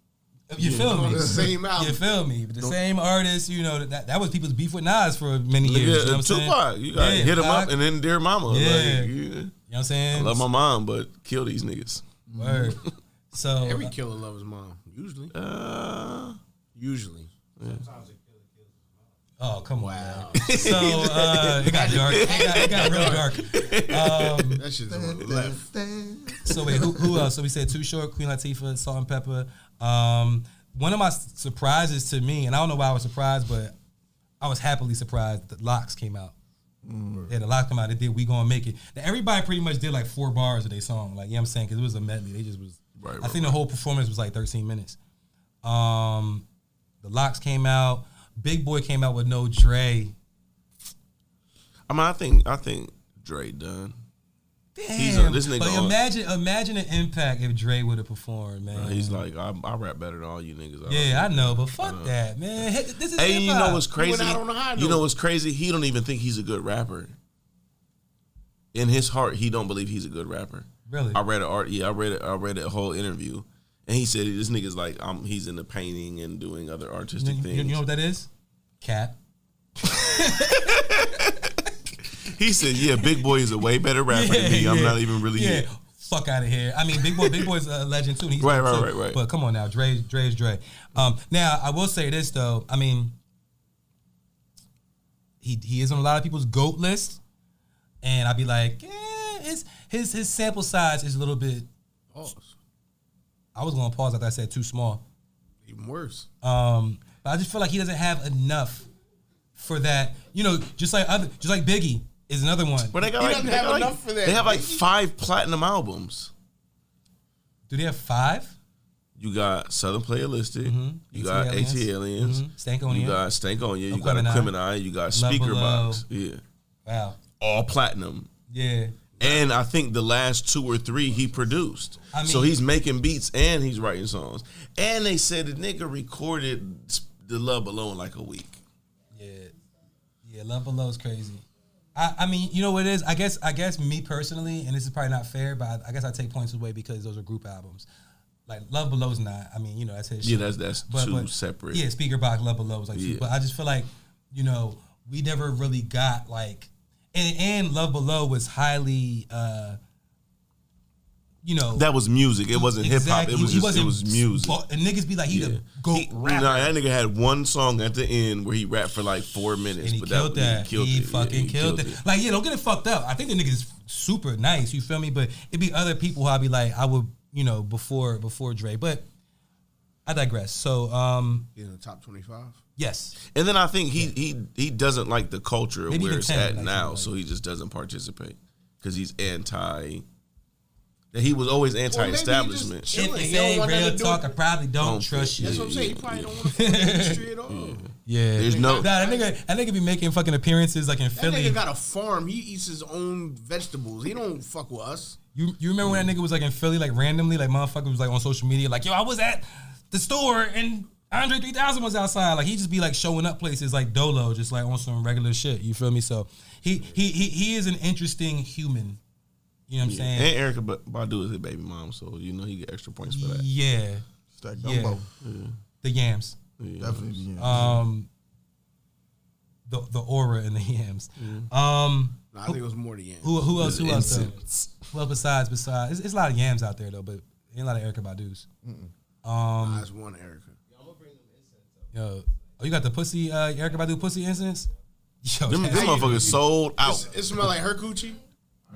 You feel me?
the same album.
You feel me? The same artist, you know, that, that was people's beef with Nas for many
Nigga,
years. you know what I'm saying?
Tupac, you gotta
Yeah,
hit him up
Pac.
and then dear mama.
Yeah.
Like, yeah.
You know what I'm saying?
I love my mom, but kill these niggas.
Word. So
Every killer loves his mom. Usually,
Uh,
usually.
Oh come on! man. So uh, it got dark. It got, it got real dark.
That shit's on the left.
So wait, who, who else? So we said Too Short, Queen Latifah, Salt and Pepper. Um, one of my s- surprises to me, and I don't know why I was surprised, but I was happily surprised that Locks came out.
Mm.
Yeah, the Locks come out. They did We Gonna Make It. Now, everybody pretty much did like four bars of their song. Like you know what I'm saying? Because it was a medley. They just was.
Right,
I
right,
think the whole performance was like 13 minutes. Um, the Locks came out. Big Boy came out with No Dre.
I mean, I think I think Dre done.
Damn.
He's a- this nigga
but
on-
imagine, imagine the impact if Dre would have performed, man.
He's like, I, I rap better than all you niggas. out
Yeah,
here.
I know, but fuck that, man. Hey, This is
Uh, Hey, you
hip-hop.
know what's crazy?
out on a high
You
note.
know what's crazy? He don't even think he's a good rapper. In his heart, he don't believe he's a good rapper.
Really?
I read an art. Yeah, I read it. I read a whole interview, and he said this nigga's like, um, he's into painting and doing other
you,
artistic
you-
things.
you know what that is? Cap.
he said, yeah, Big Boy is a way better rapper than me. I'm not even really.
Yeah.
Here.
Fuck out of here. I mean, Big Boy, Big Boy's a legend too. and He's
Right,
dope,
right,
too.
right, right.
But come on now, Dre's Dre's Dre. Um, now I will say this though. I mean, he he is on a lot of people's goat list, and I'd be like, yeah, his his his sample size is a little bit.
Pause.
I was gonna pause after I said too small.
Even worse.
Um, but I just feel like he doesn't have enough for that. You know, just like other, just like Biggie is another one.
But they got
He
like,
doesn't
they
have
got like-
enough for that,
They have like
Biggie.
five platinum albums.
Do they have five?
You got Southern Playalistic. You
AT
got AT
Aliens.
Aliens.
Mhm. Stankonia.
You got Stankonia. You
Aquemini.
got Aquemini. You got
Love
Speaker
Below.
Box. Yeah.
Wow.
All platinum.
Yeah.
And I think the last two or three he produced.
I mean-
so he's making beats and he's writing songs. And they said the nigga recorded The Love Below in like a week.
Yeah. Yeah. Love Below is crazy. I, I mean, you know what it is? I guess I guess me personally, and this is probably not fair, but I, I guess I take points away because those are group albums. Like Love Below's not. I mean, you know, that's his
Yeah,
shit.
that's that's two separate.
Yeah, speaker box level low was like two.
Yeah.
But I just feel like, you know, we never really got like and and Love Below was highly uh you know
That was music. It wasn't hip hop. It was
he
just it
wasn't
was music.
bu- And niggas be like, he
Yeah.
the goat
He-
rapper.
Nah, that nigga had one song at the end where he rapped for like four minutes,
and he
but
killed
that,
that. He,
it. Yeah,
fucking
he
killed, it. Like, yeah, don't get it fucked up. I think the nigga is super nice. You feel me? But it'd be other people who I'd be like, I would, you know, before before Dre. But I digress. So, um,
He's in the top twenty-five.
yes,
And then I think he he he doesn't like the culture of
Maybe
where
even
it's
10,
at
like
now,
something
so he just doesn't participate because he's anti that he was always
maybe he just
anti-establishment.
chill-
If
Chilling,
they
he don't
say
want nothing
real
to do
talk, I
with-
probably don't,
Don't
trust you.
That's
trust
what I'm saying. You probably don't want to fuck with the industry at all.
Yeah.
There's no-
Nah, that nigga, that nigga be making fucking appearances like in
That
Philly.
nigga got a farm. He eats his own vegetables. He don't fuck with us.
You you remember when that nigga was like in Philly, like randomly, like motherfucker was like on social media, like yo, I was at the store and Andre 3000 was outside. Like he just be like showing up places like Dolo, just like on some regular shit. You feel me? So he he he, he is an interesting human. You know what I'm saying?
And Erica Ba- Badu is his baby mom, so you know he get extra points for that.
Yeah,
Stack
Yeah.
Dumbo.
the yams,
Definitely. Yeah.
Mm-hmm.
um, the the aura and the yams.
Mm-hmm.
Um,
Nah, I think it was more than
who who else? Who else? though?
Incense.
Well, besides besides, it's, it's a lot of yams out there though, but ain't a lot of Erica Badu's. um,
Nah, it's one Erica.
Yo, oh, you got the pussy, uh, Erica Badu pussy incense? Yo,
Them, them
that-
motherfuckers sold out.
It smell like her coochie.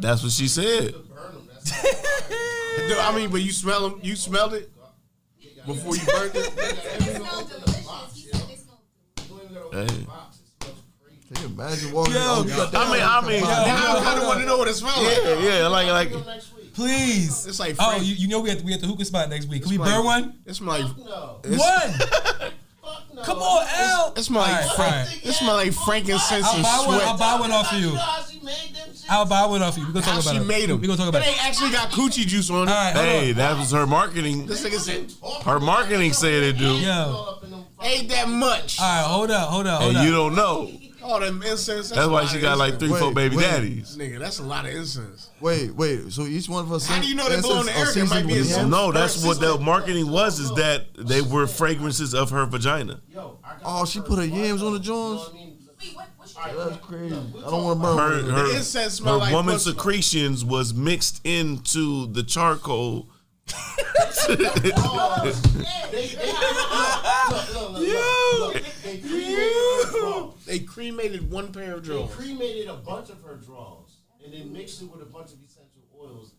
That's what she said.
Dude, I mean, but you smell 'em- You smelled it before you burnt it.
Hey.
Can you imagine walking?
Yo,
oh, you got that
I mean, I mean,
Yo.
Now I kind of want to know what it smell like.
yeah, yeah, like, like,
please.
It's like
oh,
Frank-
you, you know we at we at the hookah spot next week. Can we
like-
burn one?
It smell like
One. Come on, L.
It smell like
All
Frank-
all right.
it smell like frankincense
I'll
and
buy one. I'll
sweat.
buy one off you. I'll buy one off you. We gonna talk
How
about
she
it.
made him.
We gonna talk about
It
it.
ain't actually got coochie juice on
All
it.
right. hold
hey,
on.
that was her marketing.
This nigga said,
Her marketing said it, dude.
Yo.
ain't that much.
All right. Hold up. Hold up. Hold
And
up.
you don't know.
All them incense.
That's
a
why
lot
she
of
got like
incense.
three, four
Wait,
baby
wait.
daddies.
Nigga, that's a lot of incense.
Wait, wait. So each one of us.
How do you know they blowing the air? It
seasoned
might be
with
a-
yams?
No, that's what the marketing was. Is that they were fragrances of her vagina.
Oh, she put her yams on the Jones. That's crazy. I don't want to burn.
Her,
one.
her,
incense
her
smell like
woman
pussy.
secretions was mixed into the charcoal.
They cremated one pair of drawers.
cremated a bunch of her drawers and then mixed it with a bunch of essential oils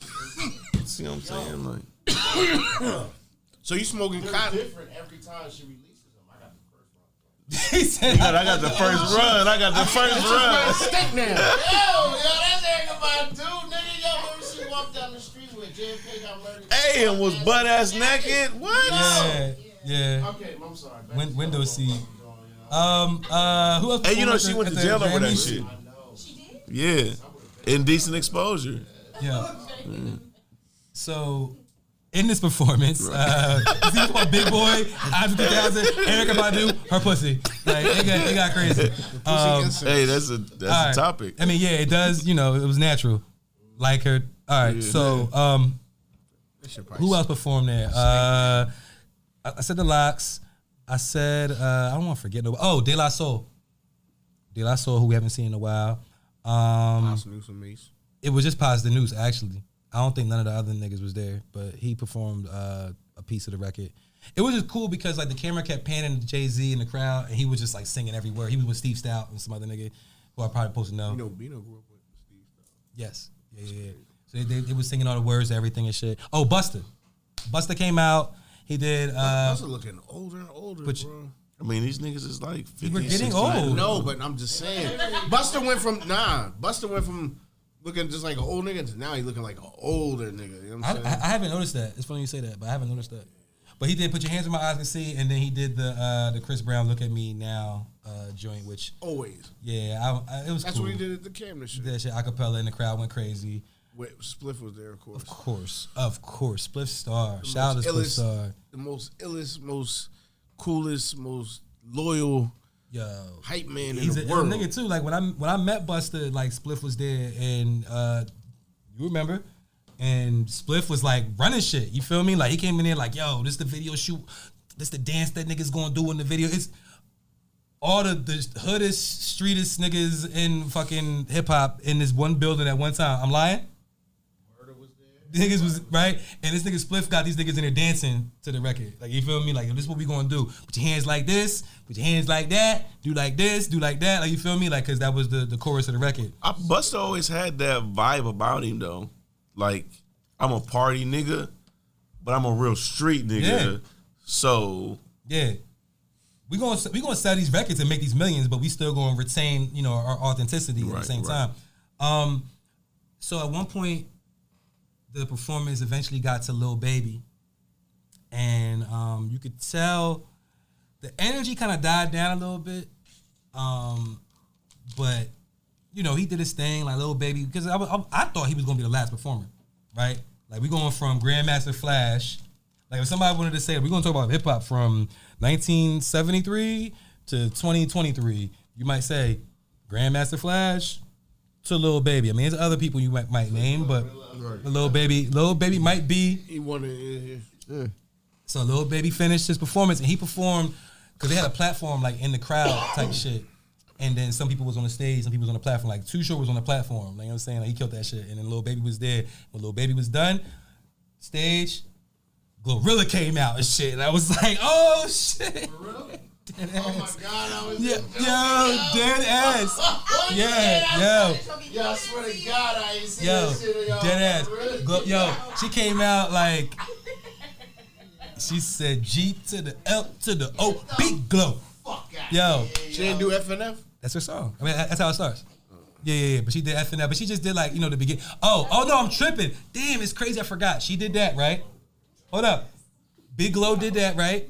to create.
See what I'm saying? Like,
So you smoking
They're
cotton?
different every time she releases them. I got the first one.
He said,
God, I got the first run. I got the first run.
Stick now.
Yo, yo, that's Erica Badu, nigga. Yo, remember she walked down the street with JFK got murdered.
Hey, and was butt ass naked. What?
yeah, yeah.
Okay, I'm sorry. Back
Win-
to
window
y'all.
seat. Um. Uh. Who else?
Hey, you know
performed
she
at
went to
the- at
jail
the
over that
Grammys?
shit. Yeah, indecent exposure.
Yeah. So, in this performance, uh, you see my big boy, Andre 3000, Erica Badu, her pussy. Like, it got, it got crazy. Um,
Hey, that's a that's
all
a
right.
topic.
I mean, yeah, it does, you know, it was natural. Like her. All right, so, um, who else performed there? Uh, I, I said The Locks. I said, uh, I don't want to forget. No, oh, De La Soul. De La Soul, who we haven't seen in a while. Um, it was just positive news actually. I don't think none of the other niggas was there, but he performed uh, a piece of the record. It was just cool because like the camera kept panning to Jay Z in the crowd, and he was just like singing everywhere. He was with Steve Stout and some other nigga who I probably supposed to know.
No, Bino grew up with Steve.
Yes, yeah, yeah. yeah. So they, they, they was singing all the words, to everything and shit. Oh, Buster, Buster came out. He did. Uh,
Those are looking older and older,
but- Oh.
bro.
I mean, these niggas is like 50,
were getting
60.
old.
No, but I'm just saying. Buster went from nah. Buster went from looking just like an old nigga to now he's looking like an older nigga. You know what
I,
I'm
I,
saying?
I haven't noticed that. It's funny you say that, but I haven't noticed that. But he did put your hands in my eyes and see, and then he did the uh, the Chris Brown look at me now uh, joint, which
Always.
yeah, I, I, it was.
That's
cool.
what he did at the camera shit.
That shit, acapella, and the crowd went crazy.
Wait, Spliff was there, of course.
Of course, of course, Spliff Star. Shout out to Spliff
illest,
Star.
the most illest, most coolest, most loyal
Yo,
hype man
he's a
in the
ill
world.
nigga too. Like when I when I met Buster, like Spliff was there, and uh you remember. And Spliff was like running shit. You feel me? Like he came in there like, yo, this the video shoot, this the dance that niggas gonna do in the video. It's all the, the hoodest, streetest niggas in fucking hip hop in this one building at one time. I'm lying. Niggas was right, and this nigga Spliff got these niggas in there dancing to the record. Like you feel me? Like this is what we gonna do? Put your hands like this, put your hands like that, do like this, do like that. Like you feel me? Like because that was the the chorus of the record.
I, Busta always had that vibe about him though. Like I'm a party nigga, but I'm a real street nigga.
Yeah.
So
Yeah, we gonna we gonna sell these records and make these millions, but we still gonna retain you know our authenticity at
Right,
the same
right.
time. Um, so at one point, the performance eventually got to Lil Baby, and um, you could tell the energy kind of died down a little bit. Um, but you know, he did his thing like Lil Baby because I, I, I thought he was gonna be the last performer, right? Like we going from Grandmaster Flash. Like if somebody wanted to say we're gonna talk about hip hop from 1973 to 2023, you might say Grandmaster Flash to Lil Baby. I mean, there's other people you might, might name, but Lil Baby, Lil Baby might be
He wanted. Yeah,
Yeah.
so Lil Baby finished his performance and he performed because they had a platform like in the crowd type shit. And then some people was on the stage, some people was on the platform. Like Too Short was on the platform. Like you know what I'm saying? Like he killed that shit. And then Lil Baby was there. When Lil Baby was done, stage, Glorilla came out and shit. And I was like, oh shit. Dead
Oh my
ass.
god, I was.
Yeah, yo, dead ass. Yeah, yo.
Yo, I swear to God, I ain't seen
Yo,
that shit. Yo,
dead ass.
Really?
Glo- Yo, she came out like she said G to the L to the O, big glow.
Fuck out.
Yo,
She didn't do FNF.
that's her song. I mean, that- that's how it starts. Yeah, yeah, yeah. But she did F and F. But she just did like you know the beginning. Oh, oh no, I'm tripping. Damn, it's crazy. I forgot she did that right. Hold up, Big Glow did that right.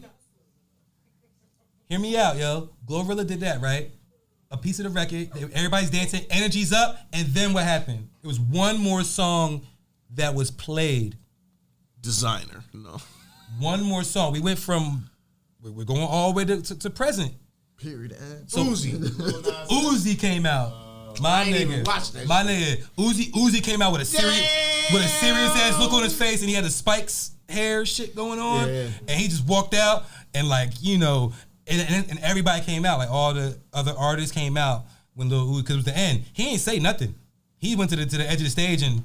Hear me out, yo. Glorilla did that right. A piece of the record. Everybody's dancing. Energy's up. And then what happened? It was one more song that was played
Designer. No.
one more song. We went from we- we're going all the way to, to, to present.
Period. Ass.
So Uzi, Uzi came out. My nigga, my nigga, Uzi, Uzi came out with a serious, with a serious ass look on his face, and he had the spikes hair shit going on, and he just walked out and like you know, and, and, and everybody came out, like all the other artists came out when Lil Uzi because it was the end. He ain't say nothing. He went to the to the edge of the stage and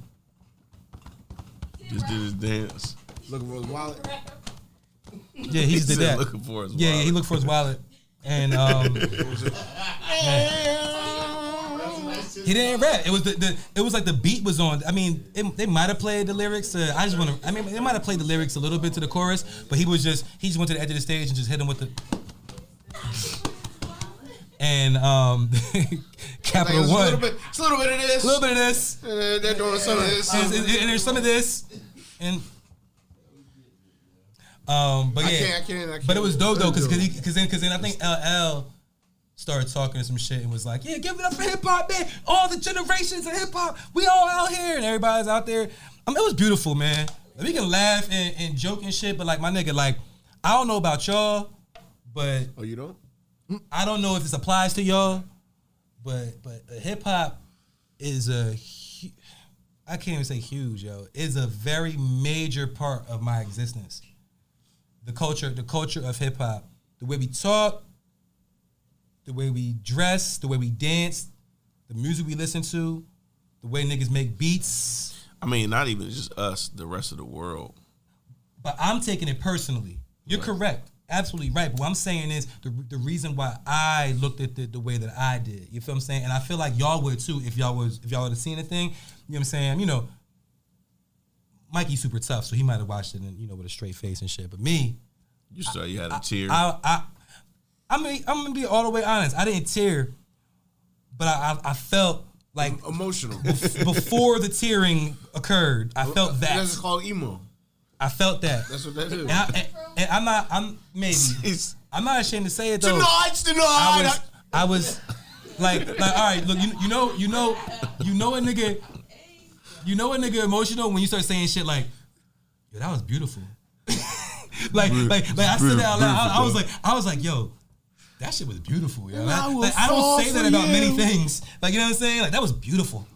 Just did his dance.
Looking for his wallet.
yeah, he just did
said
that.
Looking for his
yeah, yeah, he
wallet.
looked for his wallet, and um, He didn't rap. It was the, the it was like the beat was on. I mean, it, they might have played the lyrics. To, I just want to. I mean, they might have played the lyrics a little bit to the chorus, but he was just he just went to the edge of the stage and just hit him with the. And um,
Like,
Capital
it's a
One,
little bit. It's a little bit of this.
a little bit of this,
Uh, They're doing some of this.
and, and- and there's some of this, and um, but yeah,
I can't. I can't. I can't.
but it was dope though, because because then because then I think LL started talking to some shit and was like, "Yeah, give it up for hip hop, man! All the generations of hip hop, we all out here, and everybody's out there." I mean, it was beautiful, man. Like, we can laugh and, and joke and shit, but like my nigga, like I don't know about y'all, but
Oh, you don't?
I don't know if this applies to y'all, but but hip hop is a hu- I can't even say huge, yo. Is a very major part of my existence. The culture, the culture of hip hop, the way we talk, the way we dress, the way we dance, the music we listen to, the way niggas make beats.
I mean, not even just us, the rest of the world.
but I'm taking it personally. You're correct. Absolutely right. But what I'm saying is the, the reason why I looked at it the way that I did. You feel what I'm saying? And I feel like y'all would too if y'all was if y'all would have seen the thing. You know what I'm saying? You know, Mikey's super tough, so he might have watched it and you know with a straight face and shit. But me,
You saw you had a tear.
I I I mean I'm gonna be all the way honest. I didn't tear, but I I, I felt like
Emotional.
before the tearing occurred, I felt
That's
that.
called emo.
I felt that.
That's what that is.
And, I, and, and I'm not. I'm maybe.
It's-
I'm not ashamed to say it though.
Tonight,
I
tonight.
was. I was like, like, all right, look, you, you know, you know, you know a nigga, you know a nigga emotional when you start saying shit like, yo, that was beautiful. like, like, like I said that out loud. I, I was like, I was like, yo. That shit was beautiful, yo. Like,
I will
like, I don't
fall
say that
for
about many
you.
things. Like you know what I'm saying? Like that was beautiful.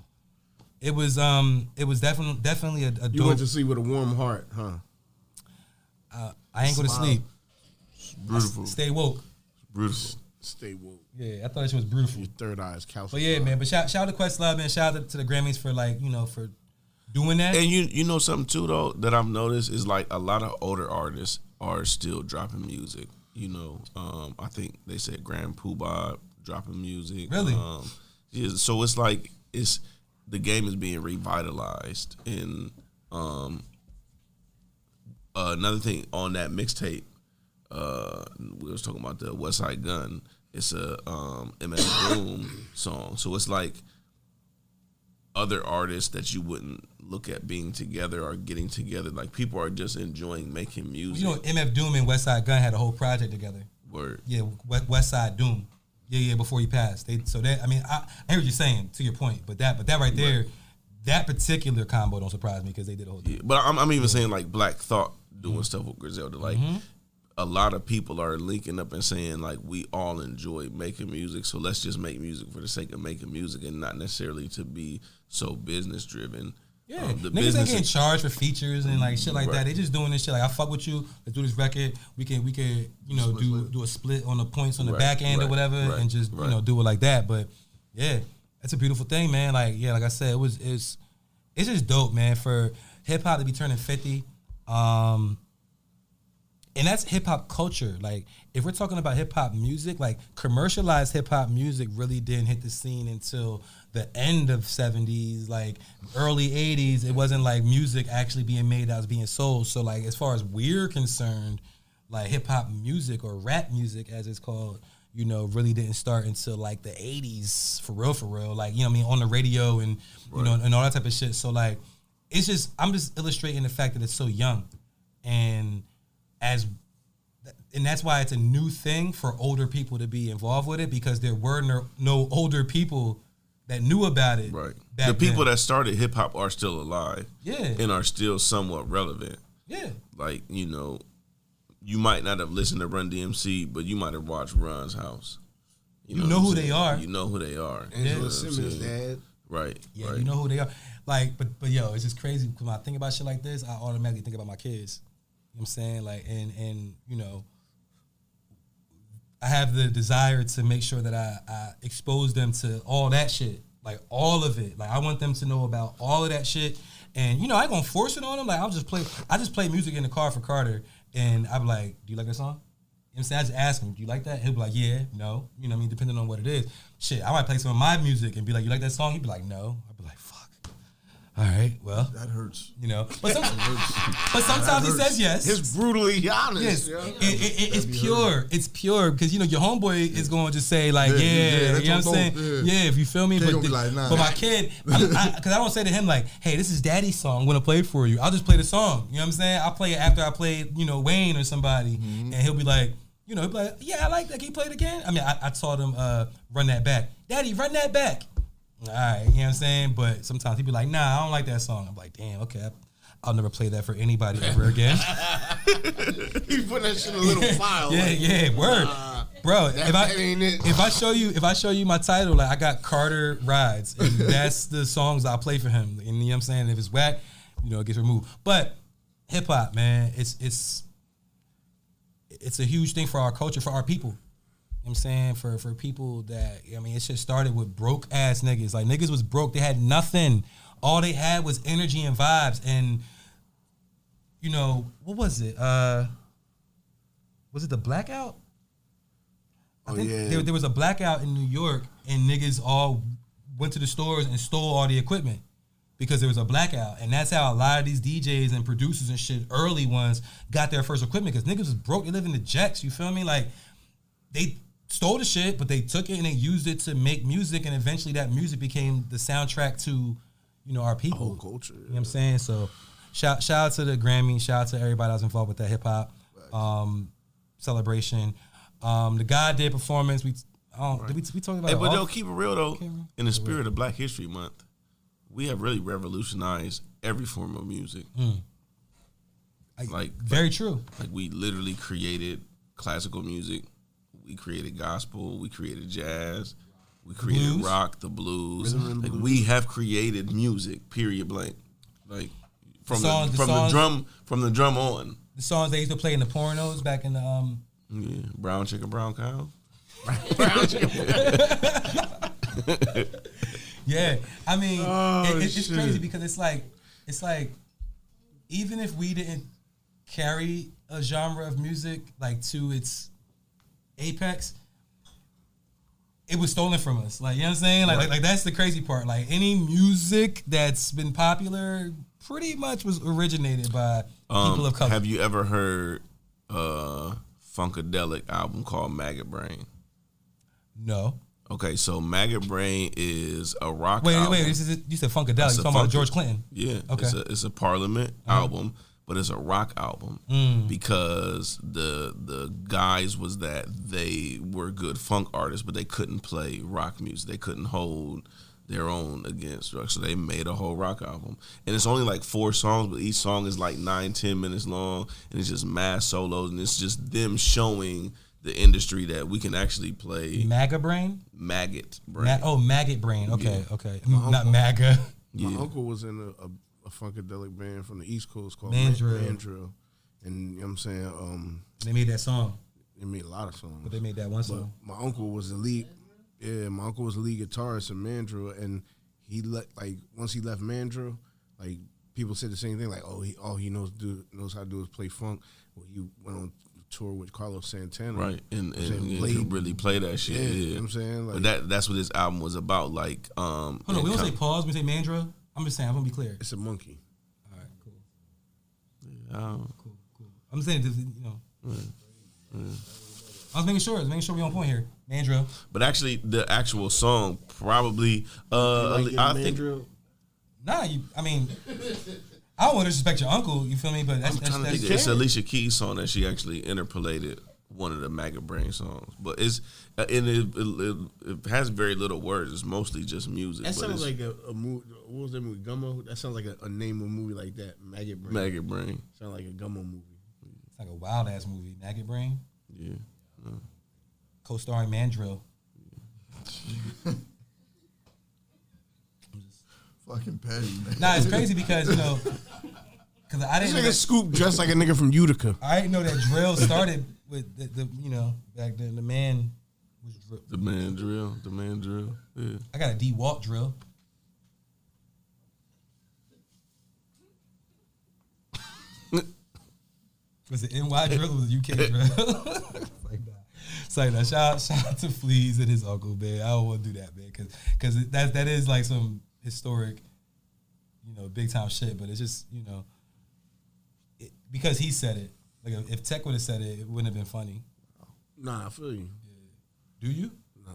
It was um, it was definitely definitely a, a
You
dope.
went to sleep with a warm heart, huh?
I ain't go to sleep.
Beautiful.
Stay woke.
Beautiful.
Stay woke.
Yeah, I thought that shit was beautiful.
Your third eye is calcified.
But yeah, man. But shout, shout out to Questlove, man. Shout out to the Grammys for like you know for doing that.
And you you know something too though that I've noticed is like a lot of older artists are still dropping music. You know, um, I think they said Grand Poobah dropping music.
Really?
Um, yeah, so it's like it's the game is being revitalized, and um, another thing on that mixtape, uh, we was talking about the West Side Gun. It's a um, MS Boom song, so it's like other artists that you wouldn't look at being together or getting together. Like people are just enjoying making music.
You know, MF Doom and Westside Gun had a whole project together.
Word.
Yeah, West, West Side Doom. Yeah, yeah. Before he passed, they so that I mean I, I hear what you're saying to your point, but that but that right there, that particular combo don't surprise me because they did a whole thing.
Yeah, But I'm, I'm even saying like Black Thought doing stuff with Griselda. Like
Mm-hmm.
a lot of people are linking up and saying like we all enjoy making music, so let's just make music for the sake of making music and not necessarily to be so business driven.
Yeah, niggas ain't getting charged for features and like shit like that.
Um, Right.
They just doing this shit like I fuck with you. Let's do this record. We can we can you know do do a split on the points on the
Right,
back end or
right,
whatever,
right,
and just
right.
you know do it like that. But yeah, that's a beautiful thing, man. Like yeah, like I said, it was it's it's just dope, man. For hip hop to be turning fifty, um, and that's hip hop culture. Like if we're talking about hip hop music, like commercialized hip hop music really didn't hit the scene until the end of 70s, like early 80s. It wasn't like music actually being made that was being sold. So like as far as we're concerned, like hip hop music or rap music as it's called, you know, really didn't start until like the 80s for real for real. Like, you know what I mean, on the radio and you know and all that type of shit. So like it's just I'm just illustrating the fact that it's so young. And as and that's why it's a new thing for older people to be involved with it because there were no, no older people that knew about it.
Right.
back
the people
then.
that started hip hop are still alive.
Yeah.
And are still somewhat relevant.
yeah,
Like, you know, you might not have listened to Run DMC, but you might have watched Ron's house.
You know
what
who
I'm
they
saying?
are.
You know who they are. You know
Angela
what I'm
Simmons'
saying?
dad.
Right.
yeah,
right.
you know who they are. Like, but but yo, it's just crazy because when I think about shit like this, I automatically think about my kids. You know what I'm saying like, and and you know, I have the desire to make sure that I, I expose them to all that shit, like all of it. Like I want them to know about all of that shit, and you know I ain't gonna force it on them. Like I'll just play, I just play music in the car for Carter, and I'm like, do you like that song? You know what I'm saying? I just ask him, do you like that? He'll be like, yeah, no. You know what I mean? Depending on what it is. Shit, I might play some of my music and be like, you like that song? He'd be like, no. I'd be like, fuck. All right, well,
That hurts.
you know. But, some, but sometimes he says yes.
It's brutally honest.
Yes,
yo.
it, it, it, it's pure. It's pure because you know your homeboy is going to just say like, yeah,
Yeah, yeah,
you
that's
know what I'm
what
saying?
I'm
Yeah.
doing, yeah.
if you feel me.
Kid
But,
gonna be
the-
like, nah.
but my kid, because I, 'cause I don't say to him like, hey, this is daddy's song. I'm gonna play it for you. I'll just play the song. You know what I'm saying? I'll play it after I play, you know, Wayne or somebody,
Mm-hmm.
and he'll be like, you know, he'll be like, yeah, I like that. Can you play it again? I mean, I, I taught him uh, run that back, daddy, run that back. All right, you know what I'm saying? But sometimes he'd be like, nah, I don't like that song. I'm like, damn, okay. I- I'll never play that for anybody ever again.
He put that shit in a little file.
Yeah,
like,
yeah, word, bro. If I
that ain't it.
if I show you if I show you my title, like I got Carter rides, and that's the songs I play for him. And you know what I'm saying, if it's whack, you know, it gets removed. But hip hop, man, it's it's it's a huge thing for our culture, for our people. You know what I'm saying for for people that I mean, it just started with broke ass niggas. Like niggas was broke; they had nothing. All they had was energy and vibes. And you know what was it? Uh Was it the blackout? I
Oh,
think
yeah.
there, there was a blackout in New York, and niggas all went to the stores and stole all the equipment because there was a blackout, and that's how a lot of these DJs and producers and shit, early ones, got their first equipment because niggas was broke. They live in the jacks. You feel me? Like they stole the shit, but they took it and they used it to make music, and eventually that music became the soundtrack to, you know, our people,
Whole culture.
You know what I'm saying? So, shout shout out to the Grammy, shout out to everybody that was involved with that hip hop um, celebration. Um, the God Day performance, we I don't, did we, we talked about
Hey,
it
but
off?
yo, keep it real though. In the spirit of Black History Month, we have really revolutionized every form of music.
Hmm. Like,
Like,
very true.
like we literally created classical music, we created gospel, we created jazz, we created
Blues.
rock, the blues. Like we have created music. Period. Blank. Like from the,
songs- the
from the,
songs-
drum from the drum on.
The songs they used to play in the pornos back in the um,
Yeah, brown chicken, brown cow.
Yeah, I mean, it, it- it's crazy because it's like, it's like, even if we didn't carry a genre of music like to its apex, it was stolen from us. Like you know what I'm saying? Like like, like that's the crazy part. Like any music that's been popular, pretty much was originated by
Um,
people of color.
Have you ever heard a funkadelic album called Maggot Brain?
no.
Okay, so Maggot Brain is a rock.
Wait,
album.
wait. This is you said funkadelic. You're
It's a
talking about
funk-
George Clinton.
Yeah.
Okay. Uh-huh.
It's a, it's a Parliament album, but it's a rock album
Mm.
because the the guys was that they were good funk artists, but they couldn't play rock music. They couldn't hold their own against rock, so they made a whole rock album. And it's only like four songs, but each song is like nine, ten minutes long, and it's just mass solos, and it's just them showing the industry that we can actually play
MAGA brain.
maggot.
Ma-
Brain.
oh, maggot brain. Okay, okay. Not MAGA.
My uncle was in a, a, a funkadelic band from the East Coast called
Mandrill.
Mandrill. Mandrill. And you know what I'm saying? Um,
They made that song,
they made a lot of songs.
but they made that one
But
song.
my uncle was the lead. Yeah, my uncle was the lead guitarist in Mandrill, and he let like once he left Mandrill, like people said the same thing, like oh he all he knows do knows how to do is play funk. Well, he went on tour with Carlos Santana,
Right, and,
I'm saying,
and you
played-
could really play that shit.
Yeah,
Yeah,
you know what I'm saying?
but
Like-
that that's what this album was about. Like, um,
Hold on,
and
we don't
com-
say pause. We say Mandra. I'm just saying. I'm gonna be clear.
It's a monkey.
All right, cool,
um,
cool, cool. I'm saying, this, you know. I was making sure. I was making sure we on point here. Mandra.
but actually, the actual song probably. Uh, I think
Nah, you, I mean, I don't want to disrespect your uncle. You feel me? But that's
I'm
that's,
trying to
that's,
think. It's Alicia Keys song that she actually interpolated one of the Maggot Brain songs, but it's uh, and it, it, it, it has very little words. It's mostly just music.
That
but it's
sounds like a, a movie. What was that movie? Gummo. That sounds like a, a name of a movie like that. Maggot Brain.
Maggot Brain.
Sound like a Gummo movie.
it's like a wild ass movie. Maggot Brain,
Yeah.
co-starring Mandrill.
Fucking petty, man.
Nah, it's crazy because you know, because I didn't. know-
Scoop dressed like a nigga from Utica.
I didn't know that drill started with the, the you know back then the man was drill.
The man drill. The man drill. Yeah.
I got a D walk drill. was it NY drill or was it UK drill? it's like nah. It's like nah. Shout out, shout out to Fleas and his uncle, man. I don't want to do that, man, because because that that is like some historic, you know, big time shit. But it's just you know, it, because he said it. Like if Tech would have said it, it wouldn't have been funny.
Nah, I feel you.
Do you?
No.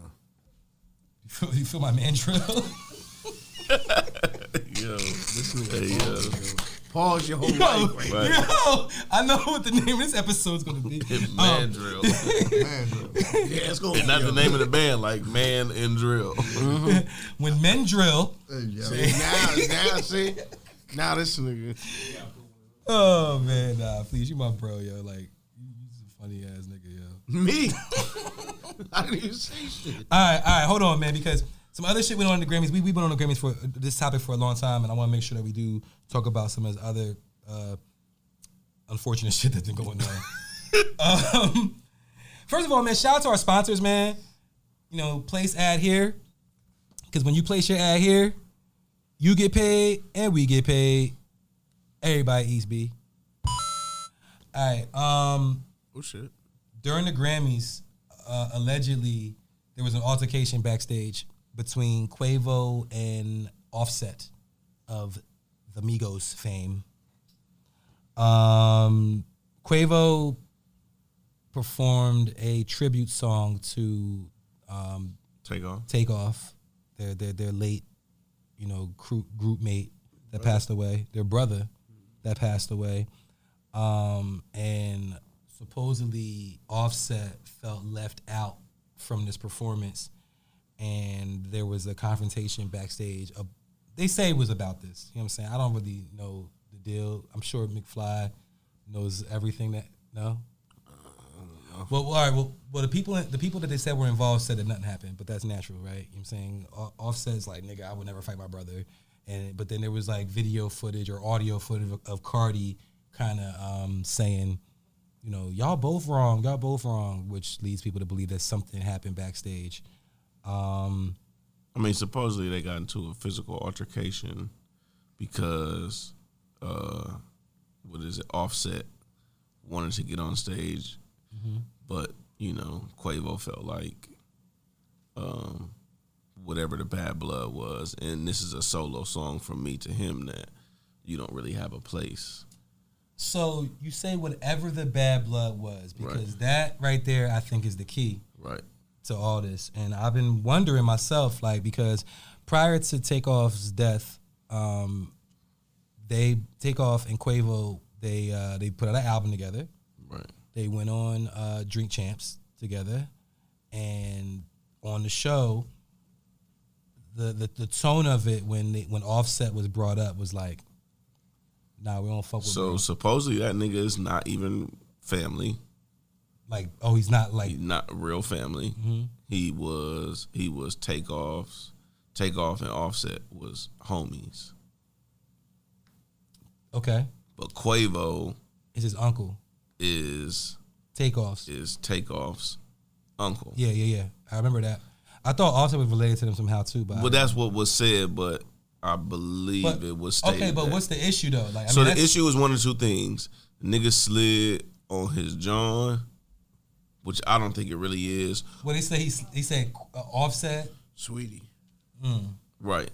You feel, you feel my man drill?
Yo. Hey, yo.
Pause your whole
Yo,
life.
Right.
yo, I know what the name of this episode is going to be.
Man
Um,
drill.
Yeah, it's going.
And not the name of the band, like Man and Drill.
Mm-hmm.
when men drill.
Hey, yeah.
now, now, see, now this nigga.
Oh man, nah, please, you my bro, yo. Like, you you a funny ass nigga, yo.
Me. I didn't even say shit.
All right, all right, hold on, man, because some other shit went on in the Grammys. We we've been on the Grammys for uh, this topic for a long time, and I want to make sure that we do talk about some of this other uh, unfortunate shit that's been going on. Um, first of all, man, shout out to our sponsors, man. You know, place ad here. Because when you place your ad here, you get paid and we get paid. Everybody eats B. All right. Um,
Oh shit.
during the Grammys, uh, allegedly there was an altercation backstage between Quavo and Offset of the Migos fame. Um, Quavo performed a tribute song to um,
Take off.
Takeoff, their their their late, you know, crew, group mate that passed away, their brother that passed away, um, and supposedly Offset felt left out from this performance, and there was a confrontation backstage. Uh, they say it was about this. You know what I'm saying? I don't really know the deal. I'm sure McFly knows everything that no. Well, well, all right. Well, well, the people the people that they said were involved said that nothing happened, but that's natural, right? You know what I'm saying O- Offset's like, nigga, I would never fight my brother, and but then there was like video footage or audio footage of, of Cardi kind of um, saying, you know, y'all both wrong, y'all both wrong, which leads people to believe that something happened backstage. Um,
I mean, supposedly they got into a physical altercation because uh what is it? Offset wanted to get on stage, but you know, Quavo felt like um whatever the bad blood was, and this is a solo song from me to him that you don't really have a place.
so you say whatever the bad blood was, because
Right.
that right there, I think, is the key.
Right.
to all this, and I've been wondering myself, like, because prior to Takeoff's death, um, they Takeoff and Quavo they uh, they put out an album together.
Right.
They went on uh, Drink Champs together, and on the show, the, the the tone of it when they, when Offset was brought up was like, "Nah, we don't fuck with."
So
Bro.
supposedly that nigga is not even family.
Like, oh, he's not like
He's not real family.
Mm-hmm.
He was he was takeoffs, takeoff and offset was homies.
okay.
But Quavo
It's his uncle
is
Takeoffs.
is takeoff's uncle.
Yeah, yeah, yeah. I remember that. I thought Offset was related to them somehow too, but I-
Well, that's what was said, but I believe
but-
it was stated.
okay. But
that-
what's the issue though? Like, I
so
mean,
the
that's-
issue is one of two things: nigga slid on his John, which I don't think it really is.
What they say? He, s- he said uh, Offset.
sweetie.
Right.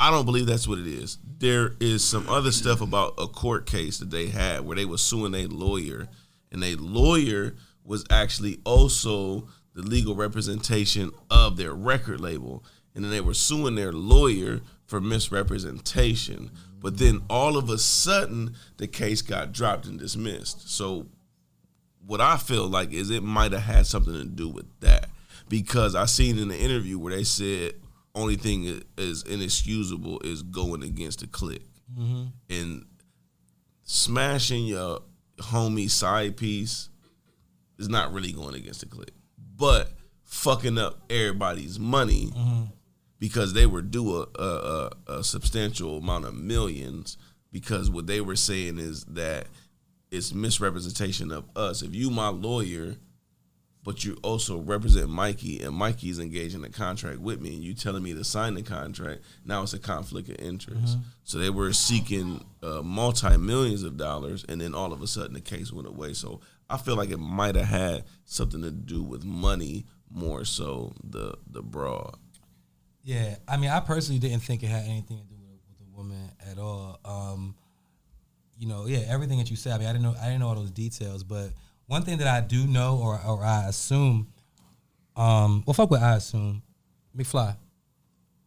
I don't believe that's what it is. There is some other stuff about a court case that they had where they were suing a lawyer, and a lawyer was actually also the legal representation of their record label. And then they were suing their lawyer for misrepresentation. But then all of a sudden, the case got dropped and dismissed. So what I feel like is it might have had something to do with that because I seen in the interview where they said only thing i- is inexcusable is going against the clique and smashing your homie side piece is not really going against the clique, but fucking up everybody's money because they were due a, a, a, a substantial amount of millions because what they were saying is that it's misrepresentation of us. If you my lawyer, but you also represent Mikey and Mikey's engaged in a contract with me and you telling me to sign the contract, now it's a conflict of interest. So they were seeking uh, multi millions of dollars and then all of a sudden the case went away. So I feel like it might have had something to do with money more so the the broad.
Yeah, I mean, I personally didn't think it had anything to do with, with the woman at all. Um, you know, yeah, everything that you said. I mean, I didn't know, I didn't know all those details, but one thing that I do know, or or I assume, um, well, fuck what I assume, McFly.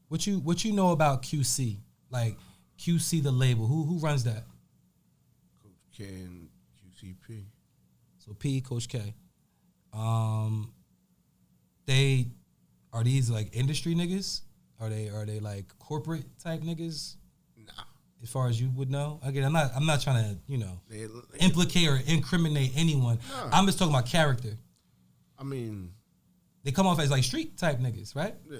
What you what you know about QC? Like QC, the label. Who who runs that?
Can QCP?
So P, Coach K. Um, they are these like industry niggas? Are they are they like corporate type niggas?
Nah.
As far as you would know, again, I'm not I'm not trying to you know
They,
implicate or incriminate anyone.
Nah.
I'm just talking about character.
I mean,
They come off as like street type niggas, right?
yeah,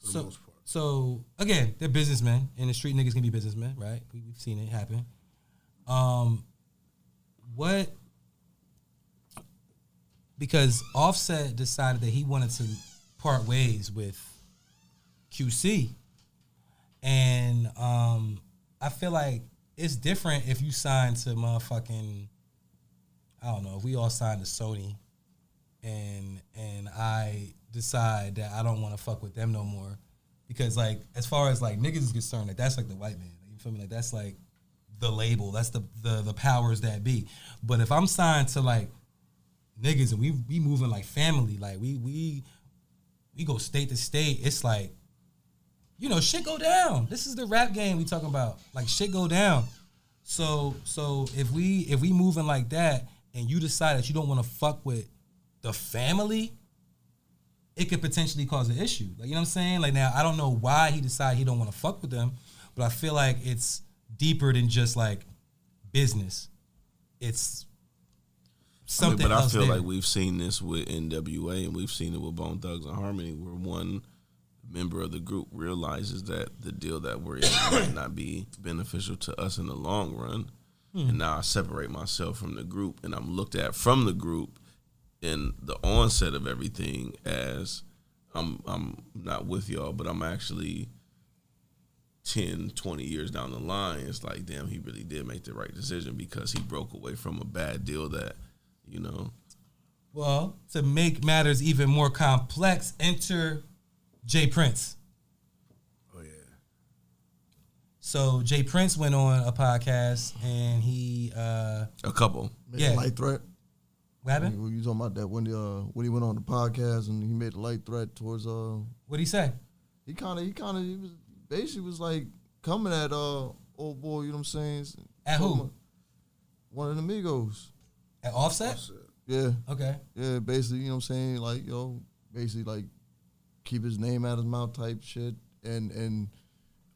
for the
so,
most part.
So again, they're businessmen, and the street niggas can be businessmen, right? We, we've seen it happen. Um, what? Because Offset decided that he wanted to part ways with QC, and um, I feel like it's different if you sign to motherfucking. I don't know if we all signed to Sony and and I decide that I don't want to fuck with them no more because like as far as like niggas is concerned, like that's like the white man. You feel me? Like that's like the label. That's the the the powers that be. But if I'm signed to like niggas and we we moving like family, like we we we go state to state, it's like you know shit go down. This is the rap game we talking about. Like shit go down. So so if we if we moving like that and you decide that you don't want to fuck with the family, it could potentially cause an issue. Like you know what I'm saying? Like now I don't know why he decided he don't want to fuck with them, but I feel like it's deeper than just like business. It's
I mean,
something
but I
else
feel
there.
like we've seen this with NWA and we've seen it with Bone Thugs and Harmony, where one member of the group realizes that the deal that we're in might not be beneficial to us in the long run.
Hmm.
And now I separate myself from the group and I'm looked at from the group in the onset of everything as I'm I'm not with y'all, but I'm actually 10, 20 years down the line, it's like, damn, he really did make the right decision because he broke away from a bad deal that, you know.
Well, to make matters even more complex, enter Jay Prince.
Oh yeah,
So Jay Prince went on a podcast and he uh
A couple.
Maybe
Yeah.
light threat.
What happened?
You talking about that when the, uh, when he went on the podcast and he made a light threat towards uh
What'd he say?
he kind of he kind of he was basically was like coming at uh old boy you know what I'm saying
At
Talking
who?
about one of the amigos
At offset?
yeah
Okay.
yeah basically you know what I'm saying like you know basically like keep his name out of his mouth type shit and and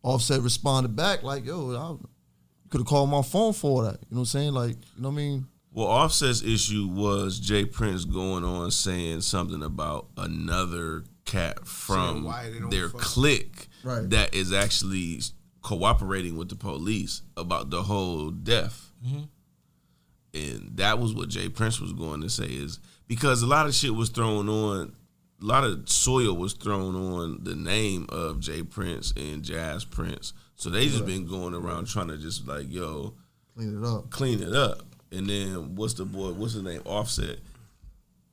Offset responded back like yo I could have called my phone for that you know what I'm saying like you know what I mean
Well, Offset's issue was Jay Prince going on saying something about another cat
Saying
from
why they don't
their
fuck.
clique
Right.
that is actually cooperating with the police about the whole death.
Mm-hmm.
And that was what Jay Prince was going to say is because a lot of shit was thrown on, a lot of soil was thrown on the name of Jay Prince and Jazz Prince. So they just been going around trying to just like, yo,
clean it up
clean it up. And then what's the boy? What's his name? Offset.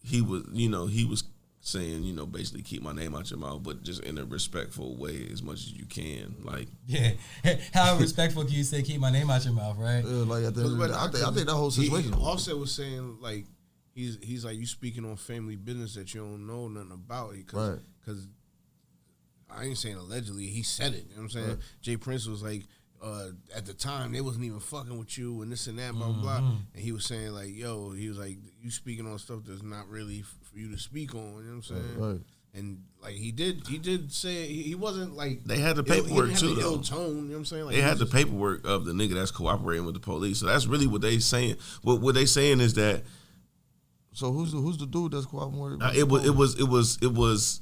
He was, you know, he was saying, you know, basically keep my name out your mouth, but just in a respectful way as much as you can. Like,
Yeah. How respectful can you say keep my name out your mouth, right?
Uh,
yeah, like at the end of the day, I, think, I think that whole
He-
situation
He also was saying like he's he's like you speaking on family business that you don't know nothing about because
Right.
I ain't saying allegedly he said it. You know what I'm saying Jay Prince was like uh, at the time they wasn't even fucking with you and this and that blah blah blah. And he was saying like yo he was like you speaking on stuff that's not really f- for you to speak on. You know what I'm saying.
Right.
And like he did, he did say he he wasn't like
They had the
he didn't
paperwork,
have
too,
the ill
though.
Tone, you know what I'm saying? Like,
they
he
had
was
the
just-
paperwork of the nigga that's cooperating with the police. So that's really what they saying. What what they saying is that
so who's the, who's the dude that's cooperating with
uh, it was it was it was it was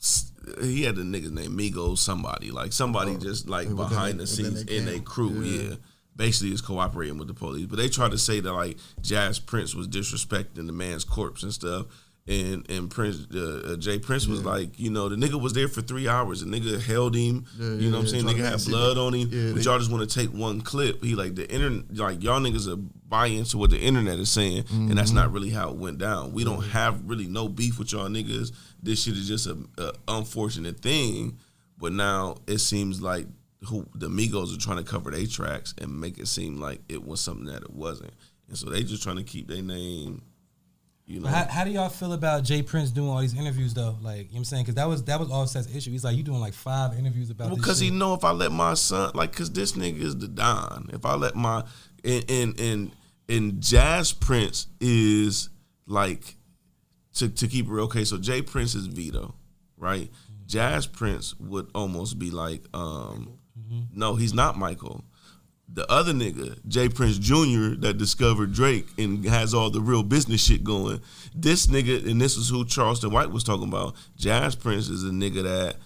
s- he had a nigga named Migo somebody like somebody just like
within
behind
Oh, they-
the
within
scenes
they
in a
camp.
crew
Yeah.
yeah. basically is cooperating with the police but they tried to say that like Jazz Prince was disrespecting the man's corpse and stuff and and Prince uh, uh, Jay Prince was like you know the nigga was there for three hours the nigga held him
Yeah,
you
yeah,
know what I'm
yeah,
saying
trying
nigga
to
had
see-
blood on him
Yeah,
but
they-
y'all just want to take one clip he like the internet like y'all niggas are buying to what the internet is saying and that's
Mm-hmm.
not really how it went down we don't have really no beef with y'all niggas this shit is just a, a unfortunate thing but now it seems like who the Migos are trying to cover their tracks and make it seem like it was something that it wasn't and so they just trying to keep their name you know
But How, how do y'all feel about Jay Prince doing all these interviews though? Like, you know what I'm saying? Cause that was that was Offset's issue. He's like, you doing like five interviews about
Well,
this
because he
shit."
know if I let my son, like, because this nigga is the don. If I let my and and and, and Jazz Prince is like to to keep it real. Okay, so Jay Prince is Vito, right?
Mm-hmm.
Jazz Prince would almost be like, um,
Mm-hmm.
no, he's not Michael. The other nigga, Jay Prince Jr., that discovered Drake and has all the real business shit going. This nigga, and this is who Charleston White was talking about. Jazz Prince is a nigga that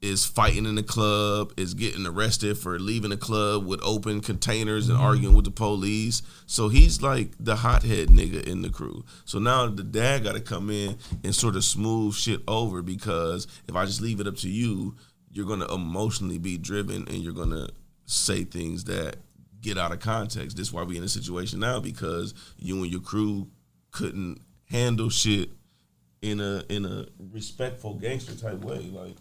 is fighting in the club, is getting arrested for leaving the club with open containers and arguing with the police. So he's like the hothead nigga in the crew. So now the dad got to come in and sort of smooth shit over because if I just leave it up to you, you're going to emotionally be driven and you're going to say things that get out of context. This is why we in a situation now because you and your crew couldn't handle shit in a in a respectful gangster type way like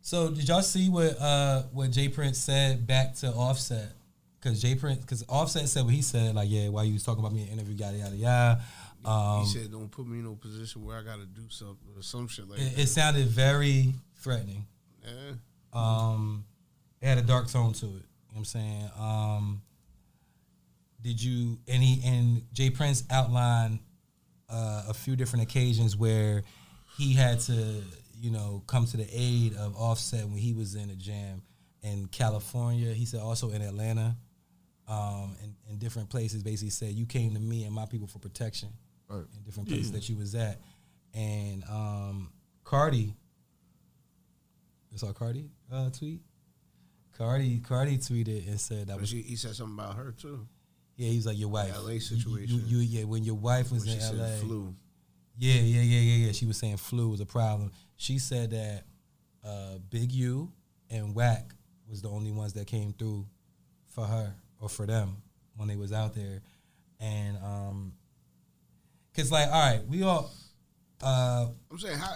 So did y'all see what uh what Jay Prince said back to Offset? Cause Jay Prince, cause Offset said what he said, like, yeah, why you was talking about me in the interview, yada yada yada. Um,
He said, "Don't put me in no position where I got to do something or some shit like
it, it sounded very threatening.
that." Eh.
Um, it had a dark tone to it. You know what I'm saying? Um, did you and he and Jay Prince outlined uh, a few different occasions where he had to, you know, come to the aid of Offset when he was in a jam in California. He said also in Atlanta, um, and, and different places. Basically said you came to me and my people for protection
Right.
in different places that you was at, and um, Cardi. You saw Cardi uh, tweet. Cardi Cardi tweeted and said that
But
was
she, he said something about her too.
yeah, he was like your wife.
LA
You- you-
situation.
You, yeah, when your wife was
When
in
she said
LA.
flu.
Yeah, yeah, yeah, yeah, yeah. She was saying flu was a problem. She said that uh, Big U and Whack was the only ones that came through for her or for them when they was out there, and um, cause like all right, we all uh,
I'm saying how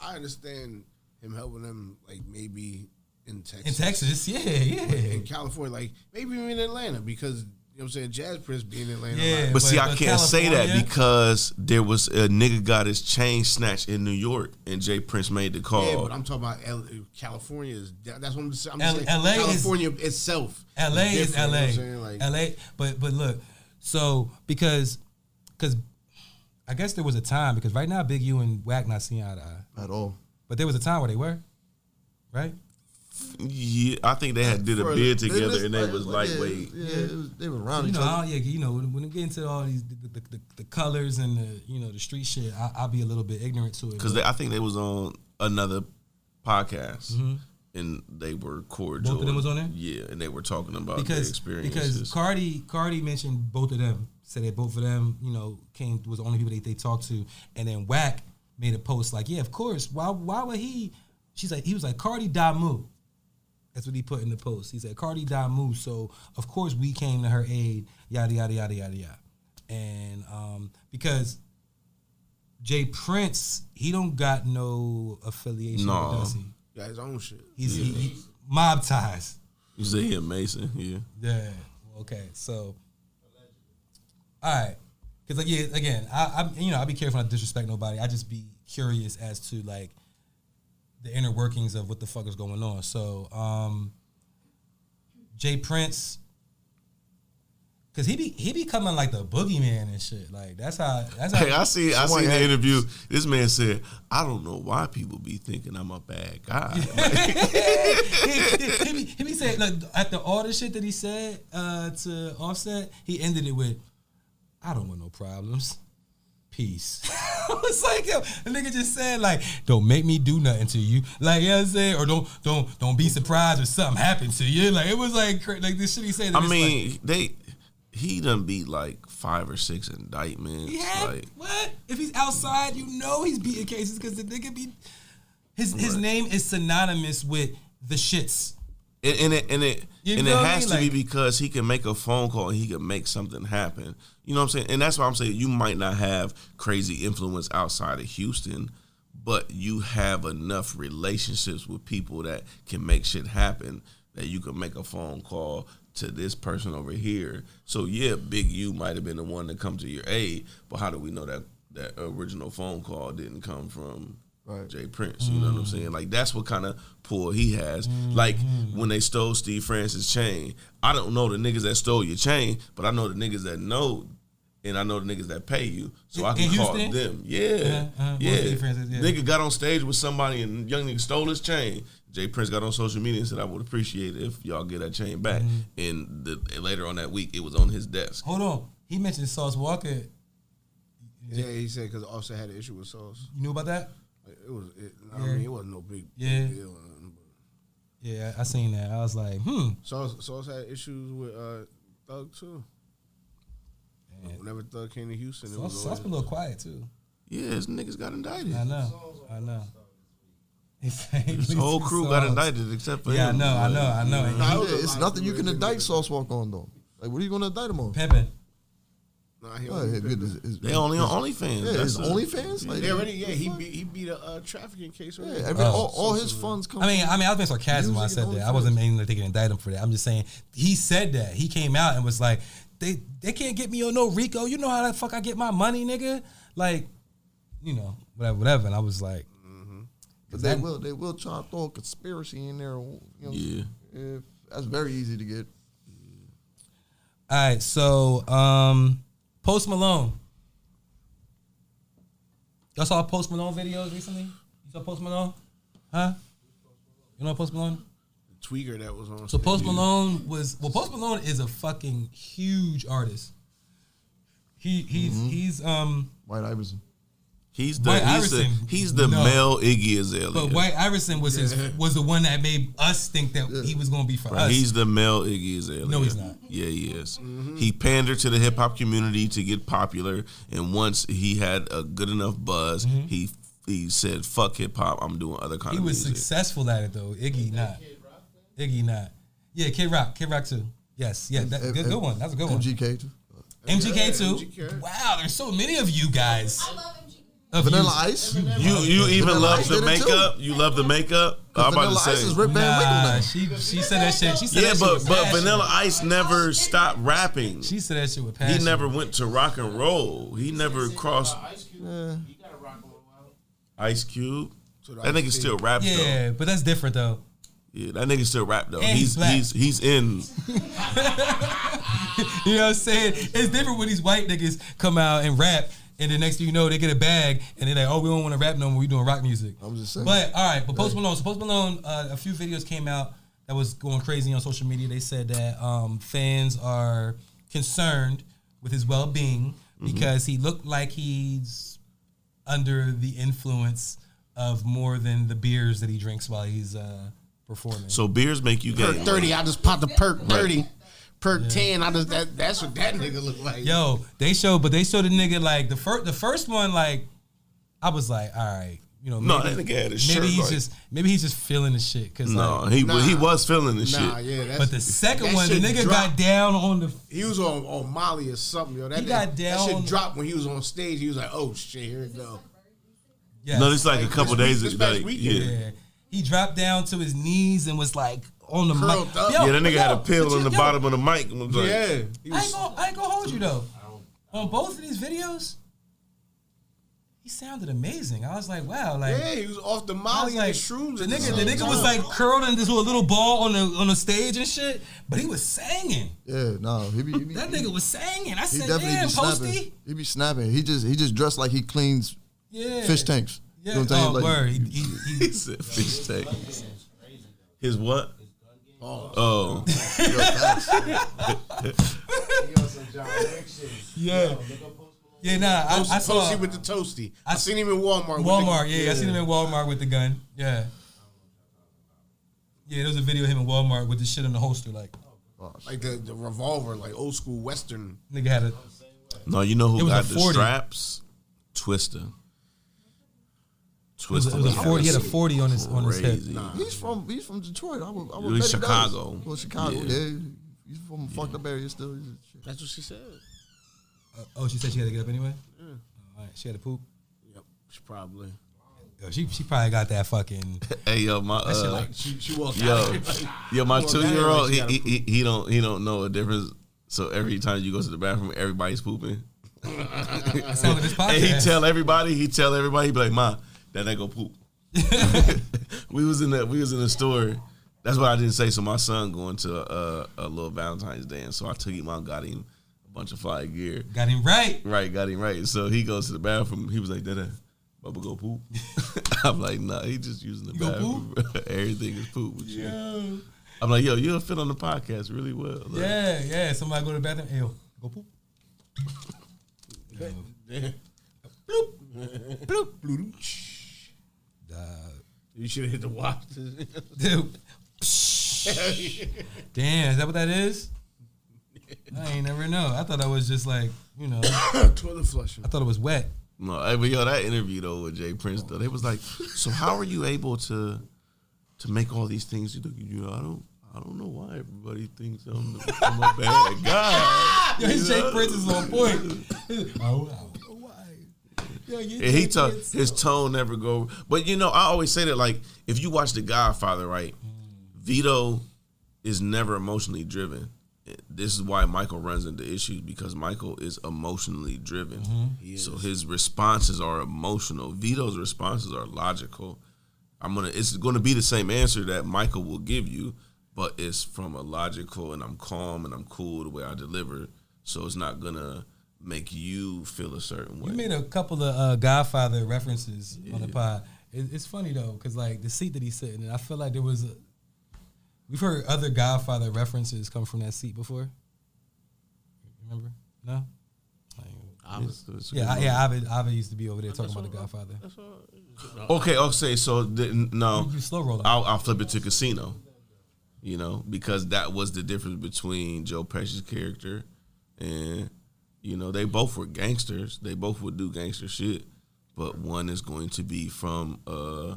I, I understand him helping them like maybe in Texas,
in Texas, yeah, yeah.
in California, like maybe even in Atlanta because You know what I'm saying? Jazz Prince being in Atlanta.
Yeah,
like,
But see, I
but uh,
can't say that
California-
because there was a nigga got his chain snatched in New York, and Jay Prince made the call.
yeah, but I'm talking about L- California. Is, that- that's what I'm saying. I'm
L-
saying
LA is-
California itself.
LA is LA.
different, you know what I'm saying? Like,
LA, but but look, so because because I guess there was a time because right now Big U and Wack not seeing eye to eye,
at all.
but there was a time where they were, right?
yeah, I think they had did a
For
bid
the
together,
business,
and they was
like,
lightweight.
Yeah, yeah, it was, they were around
You
each
know,
other.
I'll, yeah, you know, when, when I'm getting to all these the, the, the, the colors and the you know the street shit, I, I'll be a little bit ignorant to it.
because
but
I think they was on another podcast and they were
Mm-hmm.
cordial.
Both of them was on there?
Yeah, and they were talking about their
because
experiences.
because Cardi Cardi mentioned both of them, said that both of them, you know, came was the only people that they talked to, and then Wack made a post like, yeah, of course, why why would he? She's like, he was like Cardi Damu. That's what he put in the post. He said Cardi Damu, so of course we came to her aid, yada yada yada yada yada, and um, because. Jay Prince, he don't got no affiliation
No.
with Dusty.
got his own shit.
He's he, he, mob ties.
you say he amazing, yeah.
Yeah. Okay. So. All right. Because like yeah, again, I, I'm you know I be careful not to disrespect nobody. I just be curious as to like the inner workings of what the fuck is going on. So, um Jay Prince. Cause he be he be coming like the boogeyman and shit. Like that's how that's how
Hey, I see. I see
had-
the interview. This man said, "I don't know why people be thinking I'm a bad guy."
he, he, be, he be saying like after all the shit that he said uh, to Offset, he ended it with, "I don't want no problems, peace." I was like, yo, the nigga just said like, "Don't make me do nothing to you," like you know what I'm saying, or don't don't don't be surprised if something happened to you. Like it was like cra- like this shit he said.
I
it's
mean, they he done beat like five or six indictments.
like, he had
like
what? If he's outside, you know he's beating cases because the nigga be his his
Right.
name is synonymous with the shits.
and, and it and it
You
and it
feel me?
has to
Like-
be because he can make a phone call and he can make something happen. You know what I'm saying? And that's why I'm saying you might not have crazy influence outside of Houston, but you have enough relationships with people that can make shit happen that you can make a phone call to this person over here. So yeah, Big U might have been the one to come to your aid, but how do we know that that original phone call didn't come from
Right.
Jay Prince. You know
Mm.
what I'm saying? Like that's what kind of pull he has.
Mm-hmm.
Like when they stole Steve Francis' chain, I don't know the niggas that stole your chain, but I know the niggas that know, and I know the niggas that pay you, so I
In-
can
in
call
Houston?
them. Yeah,
Uh, uh, what
yeah.
was Steve Francis? Yeah.
Nigga got on stage with somebody and young nigga stole his chain. Jay Prince got on social media and said, "I would appreciate it if y'all get that chain back."
Mm-hmm.
And the, later on that week, it was on his desk.
Hold on, he mentioned Sauce Walker.
Yeah, he said because Offset had an issue with Sauce.
You knew about that?
Like, it was. It, I
Yeah.
mean, it wasn't no big,
Yeah.
big deal. or nothing, but-
Yeah, I seen that. I was like, hmm.
Sauce, Sauce had issues with uh, Thug too. Whenever Thug came to Houston, it
Sauce,
was
Sauce
always,
been a little quiet too.
Yeah, his niggas got indicted.
I know. I know. His
His whole crew got indicted except for
Yeah, I
him.
know. I
Like,
know. I know. And he-
was
Yeah,
a
it's
lot
nothing you
of
can
people
indict Sauce Walk on though. Like, what are you going to indict him on?
Pimpin'.
Nah, he
Oh,
only
yeah,
been-
good, it's- it's-
They only on
it's-
OnlyFans.
Yeah,
That's
his
a-
OnlyFans. Like,
They already, yeah, he beat, he beat a uh, trafficking case.
Yeah,
Already.
every,
Oh.
all, all his funds come.
I mean, I mean, I was being sarcastic when I
Music
said
and
that.
all
I wasn't
that.
meaning that they can indict him for that. I'm just saying he said that. He came out and was like, "They they can't get me on no Rico. You know how the fuck I get my money, nigga? Like, you know, whatever, whatever." And I was like,
but they will. They will try to throw a conspiracy in there. You know,
Yeah.
if, that's very easy to get.
"All right, so um, Post Malone. Y'all saw Post Malone videos recently? You saw Post Malone? Huh? You know Post Malone?
Tweaker that was on.
So
stage.
Post Malone was well. Post Malone is a fucking huge artist. He he's
Mm-hmm.
he's um.
White Iverson.
He's the
White
he's the,
Iverson,
he's the
no.
male Iggy Azalea.
But White Iverson was his was the one that made us think that he was gonna be for
Right,
us.
Uh, He's the male Iggy Azalea.
No, he's not.
Yeah, he is.
Mm-hmm.
He pandered to the hip hop community to get popular, and once he had a good enough buzz, he he said, "Fuck hip hop, I'm doing other
Mm-hmm.
kind
he
of
was
music."
successful at it though. Iggy not. Iggy not. Yeah, K Rock. K Rock too. Yes. Yeah. That, good, good one. That's a good one.
MGK too.
MGK
Yeah,
too.
MGK.
Wow. There's so many of you guys.
I love MGK.
Of
Vanilla
youth.
Ice.
You you even
Vanilla
love
Ice
the
did it too.
makeup. You love the makeup. I'm about to
Vanilla Ice
say.
is Rip Van
Nah,
Winkle now.
she she said that shit. She said
Yeah,
that shit
but
with
but
passion.
Vanilla Ice never stopped rapping.
She said that shit with passion.
He never went to rock and roll. He never crossed
Ice Cube, you gotta rock a little out.
Ice Cube. That nigga still rap though.
Yeah, but that's different though.
Yeah, that nigga still rap though.
And he's
He's
black.
he's he's in.
You know what I'm saying? It's different when these white niggas come out and rap, and the next thing you know, they get a bag, and they're like, "Oh, we don't want to rap no more. We doing rock music."
I'm just saying.
But all right, but Post Malone. So Post Malone, uh, a few videos came out that was going crazy on social media. They said that um, fans are concerned with his well-being
Mm-hmm.
because he looked like he's under the influence of more than the beers that he drinks while he's uh, performing.
So beers make you
Perk
gay.
thirty, I just popped a perk thirty. Perk ten, I just that, that's what that nigga look like.
Yo, they showed, but they showed a nigga like the first, the first one. Like, I was like, all right, you know, maybe,
No, that nigga had his shirt,
maybe he's
like-
just, maybe he's just feeling the shit. Cause
No,
like,
he
Nah.
he was feeling this
nah,
shit.
yeah, that's,
but the second
that
one, the
shit
nigga got
dropped.
down on the.
He was on, on Molly or something, yo. That,
He
that-
got
that
down.
shit dropped when he was on stage. He was like, "Oh shit, here it go."
Yes.
No, this like a couple
this-
days
this
ago.
past
like,
weekend.
yeah.
yeah. He dropped down to his knees and was like on the
Curled
mic.
up.
Yo,
Yeah, that
but
nigga had
yo,
a pill
but
on
yo-
the
yo,
bottom of the mic. and was like,
Yeah, he
I ain't
was,
gonna, I ain't gonna hold you though. On both of these videos, he sounded amazing. I was like, wow, like.
yeah, he was off the
I
Molly
was
and
like,
the shrooms.
the
at
nigga, the
same
nigga was
time.
like curled into a little ball on the on the stage and shit, but he was singing.
Yeah, no, he be, he be
That nigga was singing. I
he
said,
definitely
"Damn,
be snapping.
Posty."
He be snapping. He just he just dressed like he cleans
Yeah.
fish tanks.
Yeah.
You know what I'm saying?
oh,
Like,
word. He, he,
He
he,
said fish tank. His what? Oh.
yo, facts.
yeah. Yeah. Nah. I, I
Toasty
saw
with the toasty. I,
I-
seen him in Walmart. with
Walmart.
the-
Yeah, I seen him at Walmart with the gun. Yeah. Yeah. There was a video of him in Walmart with the shit in the holster. Like
like the, the revolver, like old school Western.
nigga had a.
No, you know
It
who
was a
got the
40.
straps? Twister.
It was,
Twister.
it was a
got
forty. He
the
had a forty on his on his hip.
crazy.
He's from he's from Detroit. I would, I would
He's
bet he does.
Chicago.
Well, Chicago.
Yeah.
Yeah, he's from a fucked up area still. He's a shit.
That's what she said.
Oh, she said she had to get up anyway. All right. She had to poop.
Mm. Yep, she probably.
Yo, she she probably got that fucking.
Hey yo, my uh,
She, she walked out.
yo, yo, my
Well,
two year
now
old,
you
he,
gotta
he he- he don't he don't know a difference. So every time you go to the bathroom, everybody's pooping,
That sounded like this podcast.
and he tell everybody, he tell everybody, he be like, "Ma, that ain't go poop." we was in the we was in the store. That's what I didn't say. So my son going to a, a little Valentine's dance. So I took him out, got him a bunch of fly gear.
got him right.
Right, got him right. So he goes to the bathroom. He was like, "Dada, Bubba go poop." I'm like, "Nah, he just using the
go
bathroom. Everything is poop." With you. I'm like, "Yo, you'll fit on the podcast really well." Like,
Yeah, yeah. Somebody go to the bathroom. Hey, yo, go poop.
You should have hit the watch.
Dude. Damn, is that what that is? I ain't never know. I thought I was just like, you know, I
Toilet flushing.
thought it was wet.
No, hey, but yo, that interview though with Jay Prince though, they was like, "So how are you able to to make all these things?" You look, you know, I don't, I don't know why everybody thinks I'm, the- I'm a bad guy.
Yo, his
You
Jay
know?
Prince is on point. oh, oh, why? Yo, you
And he
Jay
talk,
Prince.
his tone never go. But you know, I always say that like if you watch The Godfather, right? Vito is never emotionally driven. This is why Michael runs into issues because Michael is emotionally driven. So his responses are emotional. Vito's responses are logical. I'm gonna. It's gonna be the same answer that Michael will give you, but it's from a logical and I'm calm and I'm cool the way I deliver. So it's not gonna make you feel a certain way.
You made a couple of uh, Godfather references on the pod. It, it's funny though, because like the seat that he's sitting in, I feel like there was. A, we've heard other Godfather references come from that seat before. Remember? No. Yeah, I, yeah. Ava, Ava used to be over there talking about the Godfather.
Okay, okay. So the, no,
You slow rolling.
I'll, I'll flip it to Casino. You know, because that was the difference between Joe Pesci's character and you know they both were gangsters. They both would do gangster shit, but one is going to be from uh,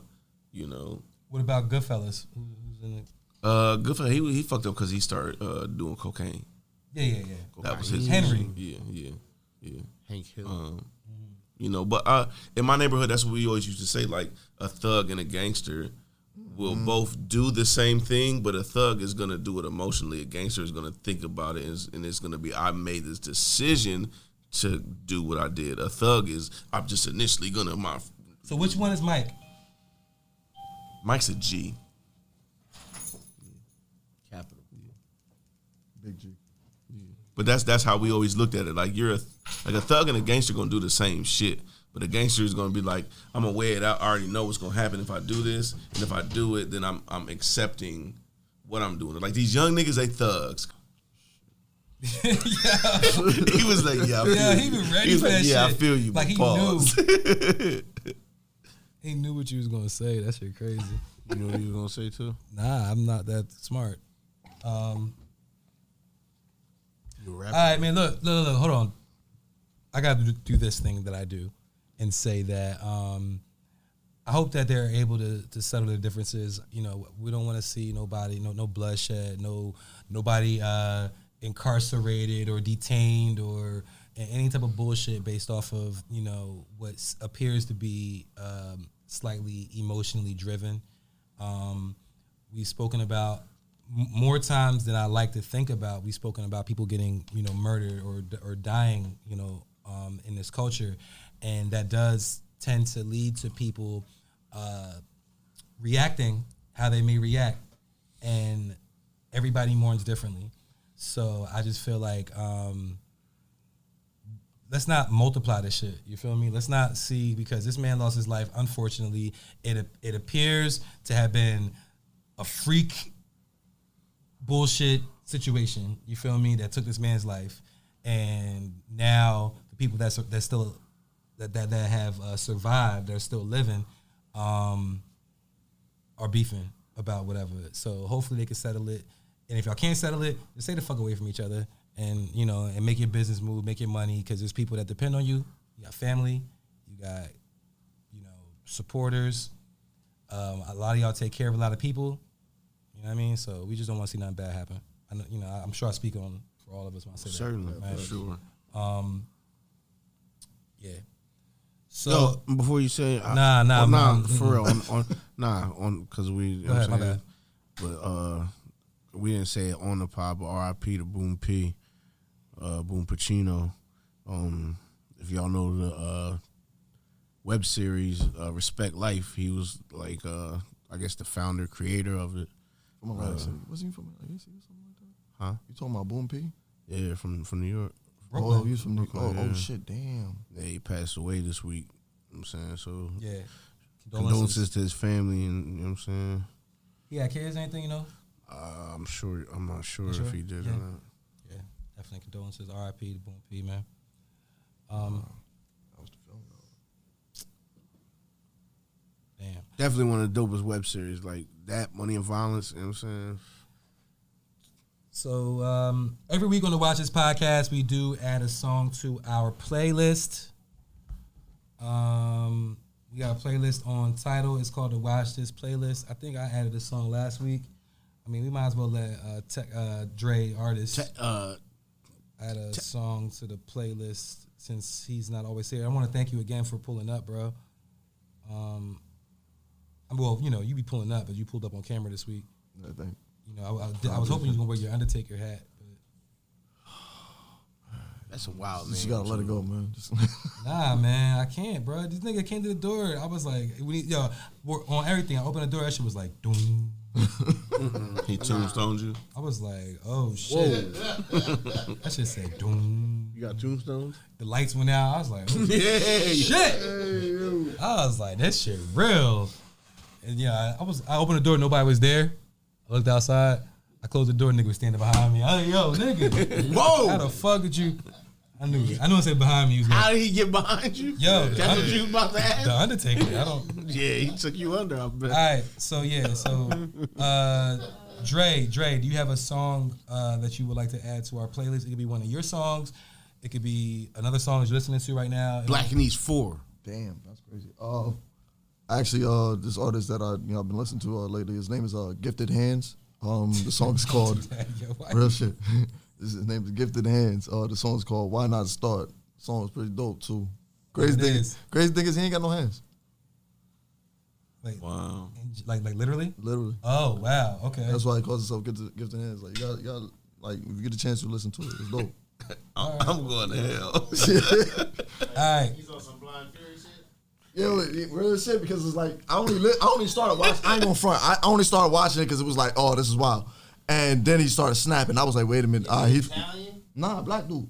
you know,
What about Goodfellas? Who- who's in it?
uh, good for he he fucked up because he started uh doing cocaine.
Yeah, yeah, yeah.
That was his
Henry.
Yeah, yeah, yeah.
Uh, Hank Hill.
Um, You know, but uh, in my neighborhood, that's what we always used to say: like a thug and a gangster will both do the same thing, but a thug is gonna do it emotionally. A gangster is gonna think about it, and it's, and it's gonna be, I made this decision to do what I did. A thug is, I'm just initially gonna. My
So which one is Mike?
Mike's a G.
Capital.
Big G.
But that's that's how we always looked at it. Like you're a like a thug and a gangster gonna do the same shit. But a gangster is gonna be like, I'm gonna weigh it out. I already know what's gonna happen if I do this, and if I do it, then I'm I'm accepting what I'm doing. Like these young niggas, they thugs. he was like, yeah, I feel
Yeah, he
you."
was ready
was
for
like,
that
yeah, I
shit.
feel you.
Like,
but
he
pause.
He knew what you was gonna say. That shit crazy.
You know what you were gonna say too?
Nah, I'm not that smart. Um,
You were
All
rapping.
right, man. Look, look, look. Hold on. I got to do this thing that I do, and say that um, I hope that they're able to to settle their differences. You know, we don't want to see nobody, no, no bloodshed, no nobody uh, incarcerated or detained or a- any type of bullshit based off of you know what s- appears to be um, slightly emotionally driven. Um, we've spoken about m- more times than I like to think about. We've spoken about people getting you know murdered or or dying you know um, in this culture, and that does tend to lead to people uh, reacting how they may react, and everybody mourns differently. So I just feel like. Um, let's not multiply this shit. You feel me? Let's not see because this man lost his life. Unfortunately, it it appears to have been a freak bullshit situation. You feel me? That took this man's life, and now the people that's that's still that that that have uh, survived, they're still living, um, are beefing about whatever. So hopefully they can settle it. And if y'all can't settle it, just stay the fuck away from each other, and you know, and make your business move, make your money, because there's people that depend on you. You got family, you got you know supporters. Um, a lot of y'all take care of a lot of people. You know what I mean? So we just don't want to see nothing bad happen. I know, you know, I- I'm sure I speak on for all of us when I say
Certainly,
that. Right?
for sure.
Yeah. So
So before you say I-
Oh. Nah, nah,
oh, nah,
man.
for real, on, on, nah, on because we. You know what
ahead, my
I'm saying? But uh, we didn't say it on the pod, but R.I.P. to Boom P, uh, Boom Pacino. Um, if y'all know the uh, web series uh, Respect Life, he was like uh, I guess the founder, creator of it.
From Alaska. was he from Alaska or something like that?
Huh?
You talking about Boom P?
Yeah, from from New York.
Oh, he was from New Oh, oh shit, damn.
Yeah, he passed away this week. You know what I'm saying so.
yeah.
Condolences to his family, and you know what I'm saying.
He had kids or anything, you know?
Uh, I'm sure. I'm not sure,
sure?
if he did
Yeah.
or not.
Yeah. Definitely condolences. R.I.P. to Boom P, man. Um,
That was the film.
damn.
Definitely one of the dopest web series like that. Money and violence. You know what I'm saying.
So um, every week on the Watch This podcast, we do add a song to our playlist. Um, we got a playlist on title. It's called the Watch This playlist. I think I added a song last week. I mean, we might as well let uh, tech, uh, Dre artist
Uh,
add a song to the playlist since he's not always here. I want to thank you again for pulling up, bro. Um, well, you know, you be pulling up, but you pulled up on camera this week.
I think.
You know, I, I did- I was hoping you was gonna wear your Undertaker hat. But
that's a wild
You
name.
just gotta let it go, man. Just
nah, man, I can't, bro. This nigga came to the door. I was like, we need, yo, we're on everything. I opened the door. That shit was like, doom.
he tombstoned you.
I was like, oh shit. that shit said doom.
You got tombstones.
The lights went out. I was like, oh,
yeah.
shit. I was like, that shit real. And yeah, I, I was. I opened the door. Nobody was there. I looked outside. I closed the door. Nigga was standing behind me. I was like, yo, nigga, how
Whoa.
the fuck did you? I knew. it. I knew I said behind me. He was like,
How did he get behind you?
Yo, the
that's what
under-
you was about to ask.
the Undertaker. I don't.
Yeah, he took you under. I bet.
All right. So yeah. So, uh, Dre, Dre, do you have a song uh, that you would like to add to our playlist? It could be one of your songs. It could be another song that you're listening to right now.
Black and East Four.
damn, that's crazy. Uh, actually, uh, this artist that I you know I've been listening to uh, lately, his name is uh, Gifted Hands. Um, the song is called
Yo, why-
Real shit. His his name is Gifted Hands. Uh, the song's called Why Not Start. song is pretty dope too. Crazy
It
thing
is.
is, crazy thing is he ain't got no hands.
Wait,
Wow.
and- like like literally?
Literally,
Oh wow. Okay.
that's why he calls himself gifted, gifted hands. Like you got, you got, like if you get a chance to listen to it, it's dope.
I'm, I'm going to hell.
All right.
He's on some blind fury shit.
Yeah, but it- real shit because it's like I only li- I only started watching. I ain't gonna front. I only started watching it because it was like, oh, this is wild. And then he started snapping. I was like, wait a minute, ah, he's
Italian?
nah, black dude,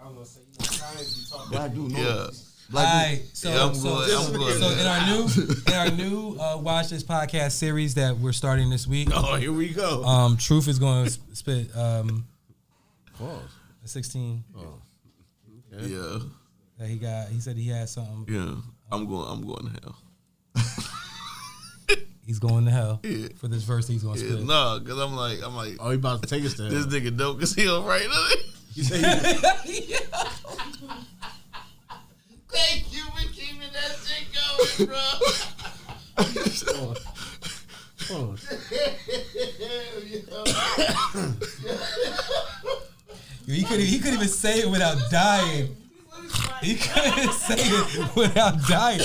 I was gonna say, you know, Italians be talking.
black dude, no,
Yeah.
black
All
dude.
right, so
Yeah, I'm
so,
good,
so,
I'm good.
so in our new in our new uh, watch this podcast series that we're starting this week,
Oh, here we go.
um, Truth is going to spit um, a sixteen
Oh. Yeah.
that he got. He said he had something.
Yeah. I'm going. I'm going to hell.
He's going to hell
Yeah.
for this verse. He's going to
Yeah,
spit.
no, because I'm like, I'm like,
Oh, he about to take us there.
this nigga dope because he don't write nothing.
Thank you for keeping that shit going, bro.
He could he could even say it without dying. He couldn't say it without dying.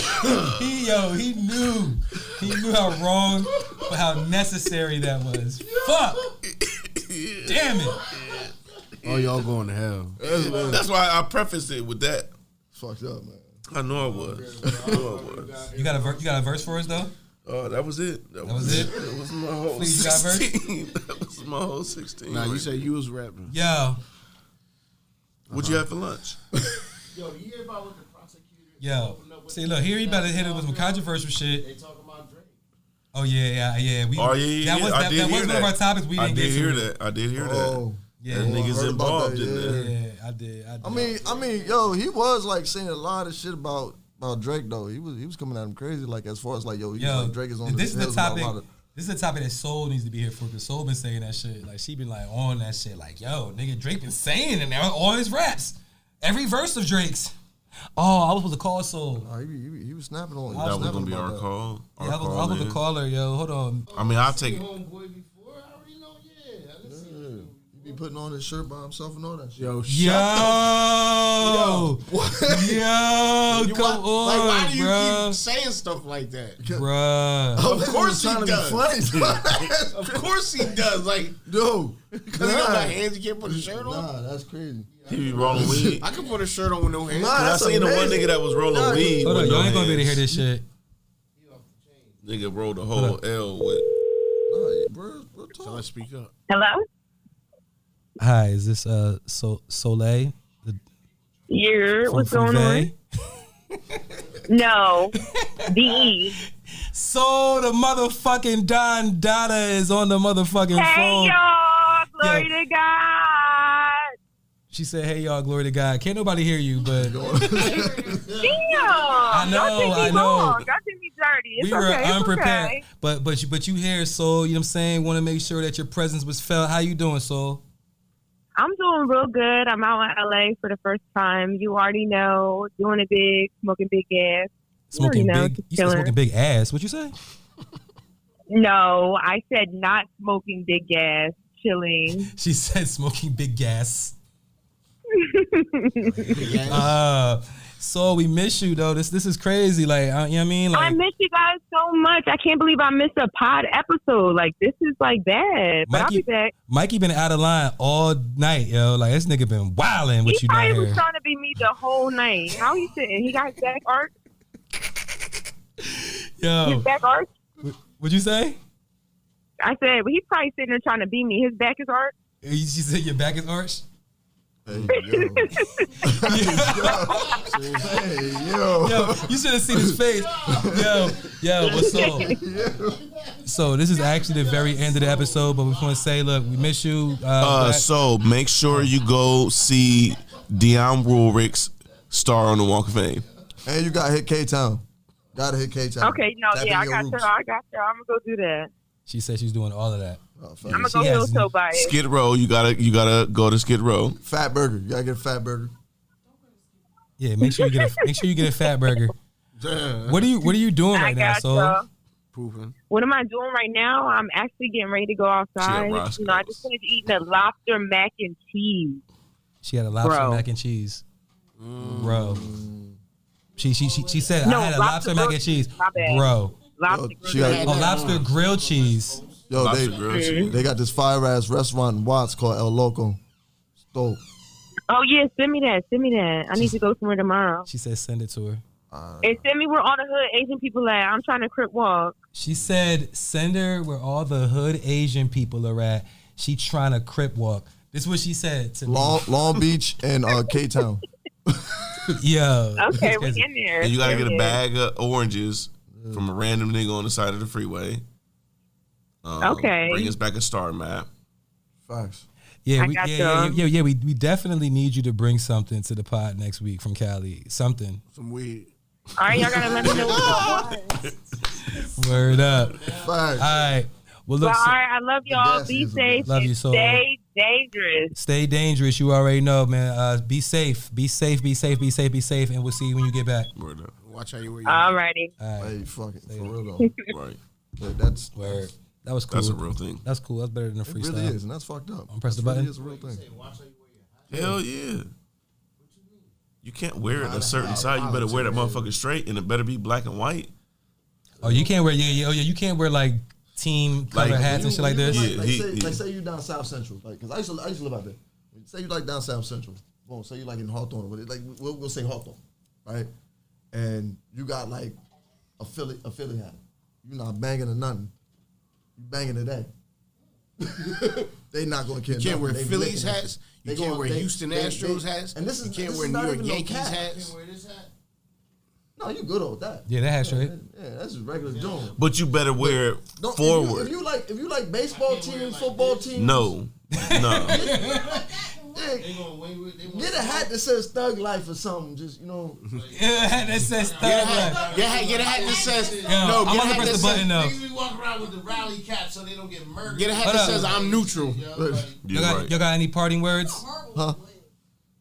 He yo, he knew. He knew how wrong but how necessary that was. Fuck. Damn it.
Oh, y'all going to hell.
That's why I prefaced it with that.
fucked up, man.
I know I was. I know I was.
You got a ver- you got a verse for us though?
Oh, that was it. That, was,
was
it.
it?
That was my whole
Please, you got verse?
16. That was my whole 16.
Nah, you
right
said you was rapping.
Yo,
What you had for lunch? Oh,
Yo, you hear about what the prosecutor
yo. See, look, here he better hit it with some controversial shit.
they talking about Drake?
Oh yeah, yeah, yeah. We,
Oh yeah, yeah.
that was
yeah. I
that,
did
that
hear
was one of our topics we
I
didn't
did
get
hear
to.
that. I did hear
Oh.
that.
Yeah,
that niggas
heard about
involved
that,
in
yeah.
that.
yeah, I did. I did.
I mean, I mean, yo, he was like saying a lot of shit about about Drake though. He was he was coming at him crazy, like as far as like yo, he
Yo,
was like Drake is on
this
his
is the
heels about a
topic.
lot of-
This is the topic that Soul needs to be here for because Soul been saying that shit. Like she been like on that shit. Like yo, nigga, Drake been saying and now all his raps, every verse of Drake's. Oh, I was supposed to call Soul.
Nah, Oh, he, he, he was snapping on.
That
That was
snapping
gonna be
about
our
that.
call. Our
Yeah, I was, I
call
was
in.
the caller. Yo, hold on.
I mean, I'll take it.
Homeboy before? I already know, yeah. I done seen
Yeah. He be putting on his shirt by himself and all that shit.
Yo, shut
Yo, yo,
You
come
want- like, why
on,
do you
bro,
keep saying stuff like that?
bro.
Of
course he does.
does.
Of course he does. Like,
Dude,
because he don't got hands, he can't put a shirt on.
Nah, that's crazy.
He be rolling weed.
I can put a shirt on with no hands.
Nah,
I
that's
seen the one
amazing.
nigga that was rolling
Nah,
weed.
Hold on,
with
y'all
no
ain't gonna be able to hear
hands.
this shit.
Nigga rolled a whole L with.
Nah, yeah, bro, bro, talk.
Let's speak up.
Hello?
Hi, is this uh so Soleil? The,
Yeah,
from-
what's
from
going on?
Vay?
No. E, DE.
So the motherfucking Don Dada is on the motherfucking
Hey,
phone.
y'all. Glory
Yo.
to God.
She said, "Hey y'all, glory to God." Can't nobody hear you, but
Damn. I
know,
Y'all
I
did me
know.
wrong. Y'all did me dirty. It's
we were
okay.
unprepared.
It's okay.
But but you but you here, Soul. You know what I'm saying? Want to make sure that your presence was felt. How you doing, Soul?
I'm doing real good. I'm out in LA for the first time. um, You already know. Doing it big, smoking big gas. You already
Smoking
know,
big.
just
You said
chilling.
smoking big ass. What you say?
No, I said not smoking big gas, chilling.
She said smoking big gas. uh, so we miss you though. This this is crazy. Like uh, you know what I mean? Like
I miss you guys so much. I can't believe I missed a pod episode. Like this is like bad, but I'll
Mikey-
be back.
Mikey been out of line all night, yo. Like this nigga been wilding with
he
you down
probably
here.
was trying to be me the whole night. How he sitting? He got his back arch. His
Yo,
back arch.
would you say?
I said, well, he's probably sitting there trying to be me. His back is arch.
You- She said your back is arched.
Hey, yo. hey, yo.
Yo, you should have seen his face. Yo, yo, what's up? So this is actually the very end of the episode, but we just want to say, look, we miss you. Uh,
Uh,
black-
so make sure you go see Deion Warwick's star on the Walk of Fame.
And you got to hit K Town. Got to hit K Town.
Okay, no,
Tap
yeah, I
into
got
your
y'all. I got y'all. I'm gonna go do that.
she said she's doing all of that.
roots.
I'm
Oh,
gonna
She
go heel
has-
toe by it.
Skid Row, you gotta you gotta go to Skid Row.
fat, fat burger. You got to get a fat burger.
Yeah, make sure you get a make sure you get a fat burger. What are you What are you doing
I
right now,
got
Soul?
y'all.
Proven.
What am I doing right now? I'm actually getting ready to go outside. You know, I
Roscoe's. Oh,
just finished eating a lobster mac and cheese.
She had a lobster
Bro.
mac and cheese, bro. She she she, she said
No,
I had a
lobster
lobster mac and
grilled-
cheese,
my bad.
bro.
Yo,
Lobster
she
grilled
got-
Oh,
cheese.
lobster grilled cheese.
Yo,
Lobster
Oh, they,
grilled cheese.
they got this fire ass restaurant in Watts called El Loco. It's dope.
Oh yeah, send me that. Send me that. I need to go somewhere tomorrow.
She said send it to her.
And send me where all the hood Asian people at. I'm trying to crip walk.
She said send her where all the hood Asian people are at. She trying to crip walk. This is what she said to
Long, Long Beach and uh, K Town.
me. Yo.
Okay, we
It's
in there.
And you gotta get a
Yeah.
bag of oranges from a random nigga on the side of the freeway. Um,
Okay.
Bring us back a star map.
Facts.
Yeah,
I
we, yeah,
got
yeah, yeah,
you.
yeah, yeah, We we definitely need you to bring something to the pod next week from Cali. Something.
Some weed.
All right, y'all gotta let me know. What's going on.
Word up. All
Facts.
right. Well,
Well,
look.
all
so-
right, I love y'all.
gas
Be
is a
safe.
Love
and
you so
Stay dangerous.
Stay dangerous. You already know, man. Uh, be safe. Be safe. Be safe. Be safe. Be safe. And we'll see you when you get back.
Word up.
Watch how you wear your
All righty.
All right.
Hey, fuck it. For real though.
Right.
Like, that's
Word. That was cool.
That's a real thing.
That's cool. That's better than a
It
freestyle.
really is, and that's fucked up.
Press the
That's really
button.
is a real thing.
Hell yeah. You can't wear it a certain side. You better wear that motherfucker straight, and it better be black and white.
Oh, you can't wear yeah, yeah, oh yeah, you can't wear like team color
Like,
hats and shit like this.
Yeah,
Like, like,
he-
say,
yeah.
like say you down South Central, like because I used to I used to live out there. Say you like down South Central. Boom. Say you like in Hawthorne. or whatever, Like we'll, we'll say Hawthorne, right? And you got like a Philly a Philly hat. You not banging or nothing. You banging today. they not gonna care.
You can't
nothing.
wear
They
Phillies
licking it.
hats. You
They
can't
gonna-
wear
they-
Houston
they-
Astros
they-
hats.
And this is
you can't
this
wear
is
New
not
York
even no
Yankees
cap.
hats.
No, you good old that.
Yeah, that hat straight.
Yeah, that's just regular Jones.
But you better wear it
Don't,
forward.
If you, if you like, if you like baseball teams, football teams,
no, no.
yeah, get a hat that says Thug Life or something. Just you know,
Yeah, a hat that says thug
Get a
life.
hat. Get a hat. Get a hat that says
Yo,
no.
I'm
Get
about
a
to
hat that
press the
says.
button though.
Niggas be walking around with the rally cap so they don't get murdered.
Get a hat
Hold
that
up.
says I'm neutral.
You're
Y'all got,
right.
y'all got any parting words?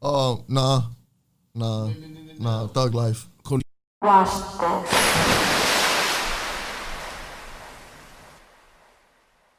oh nah, nah, nah, Thug Life.
Watch this.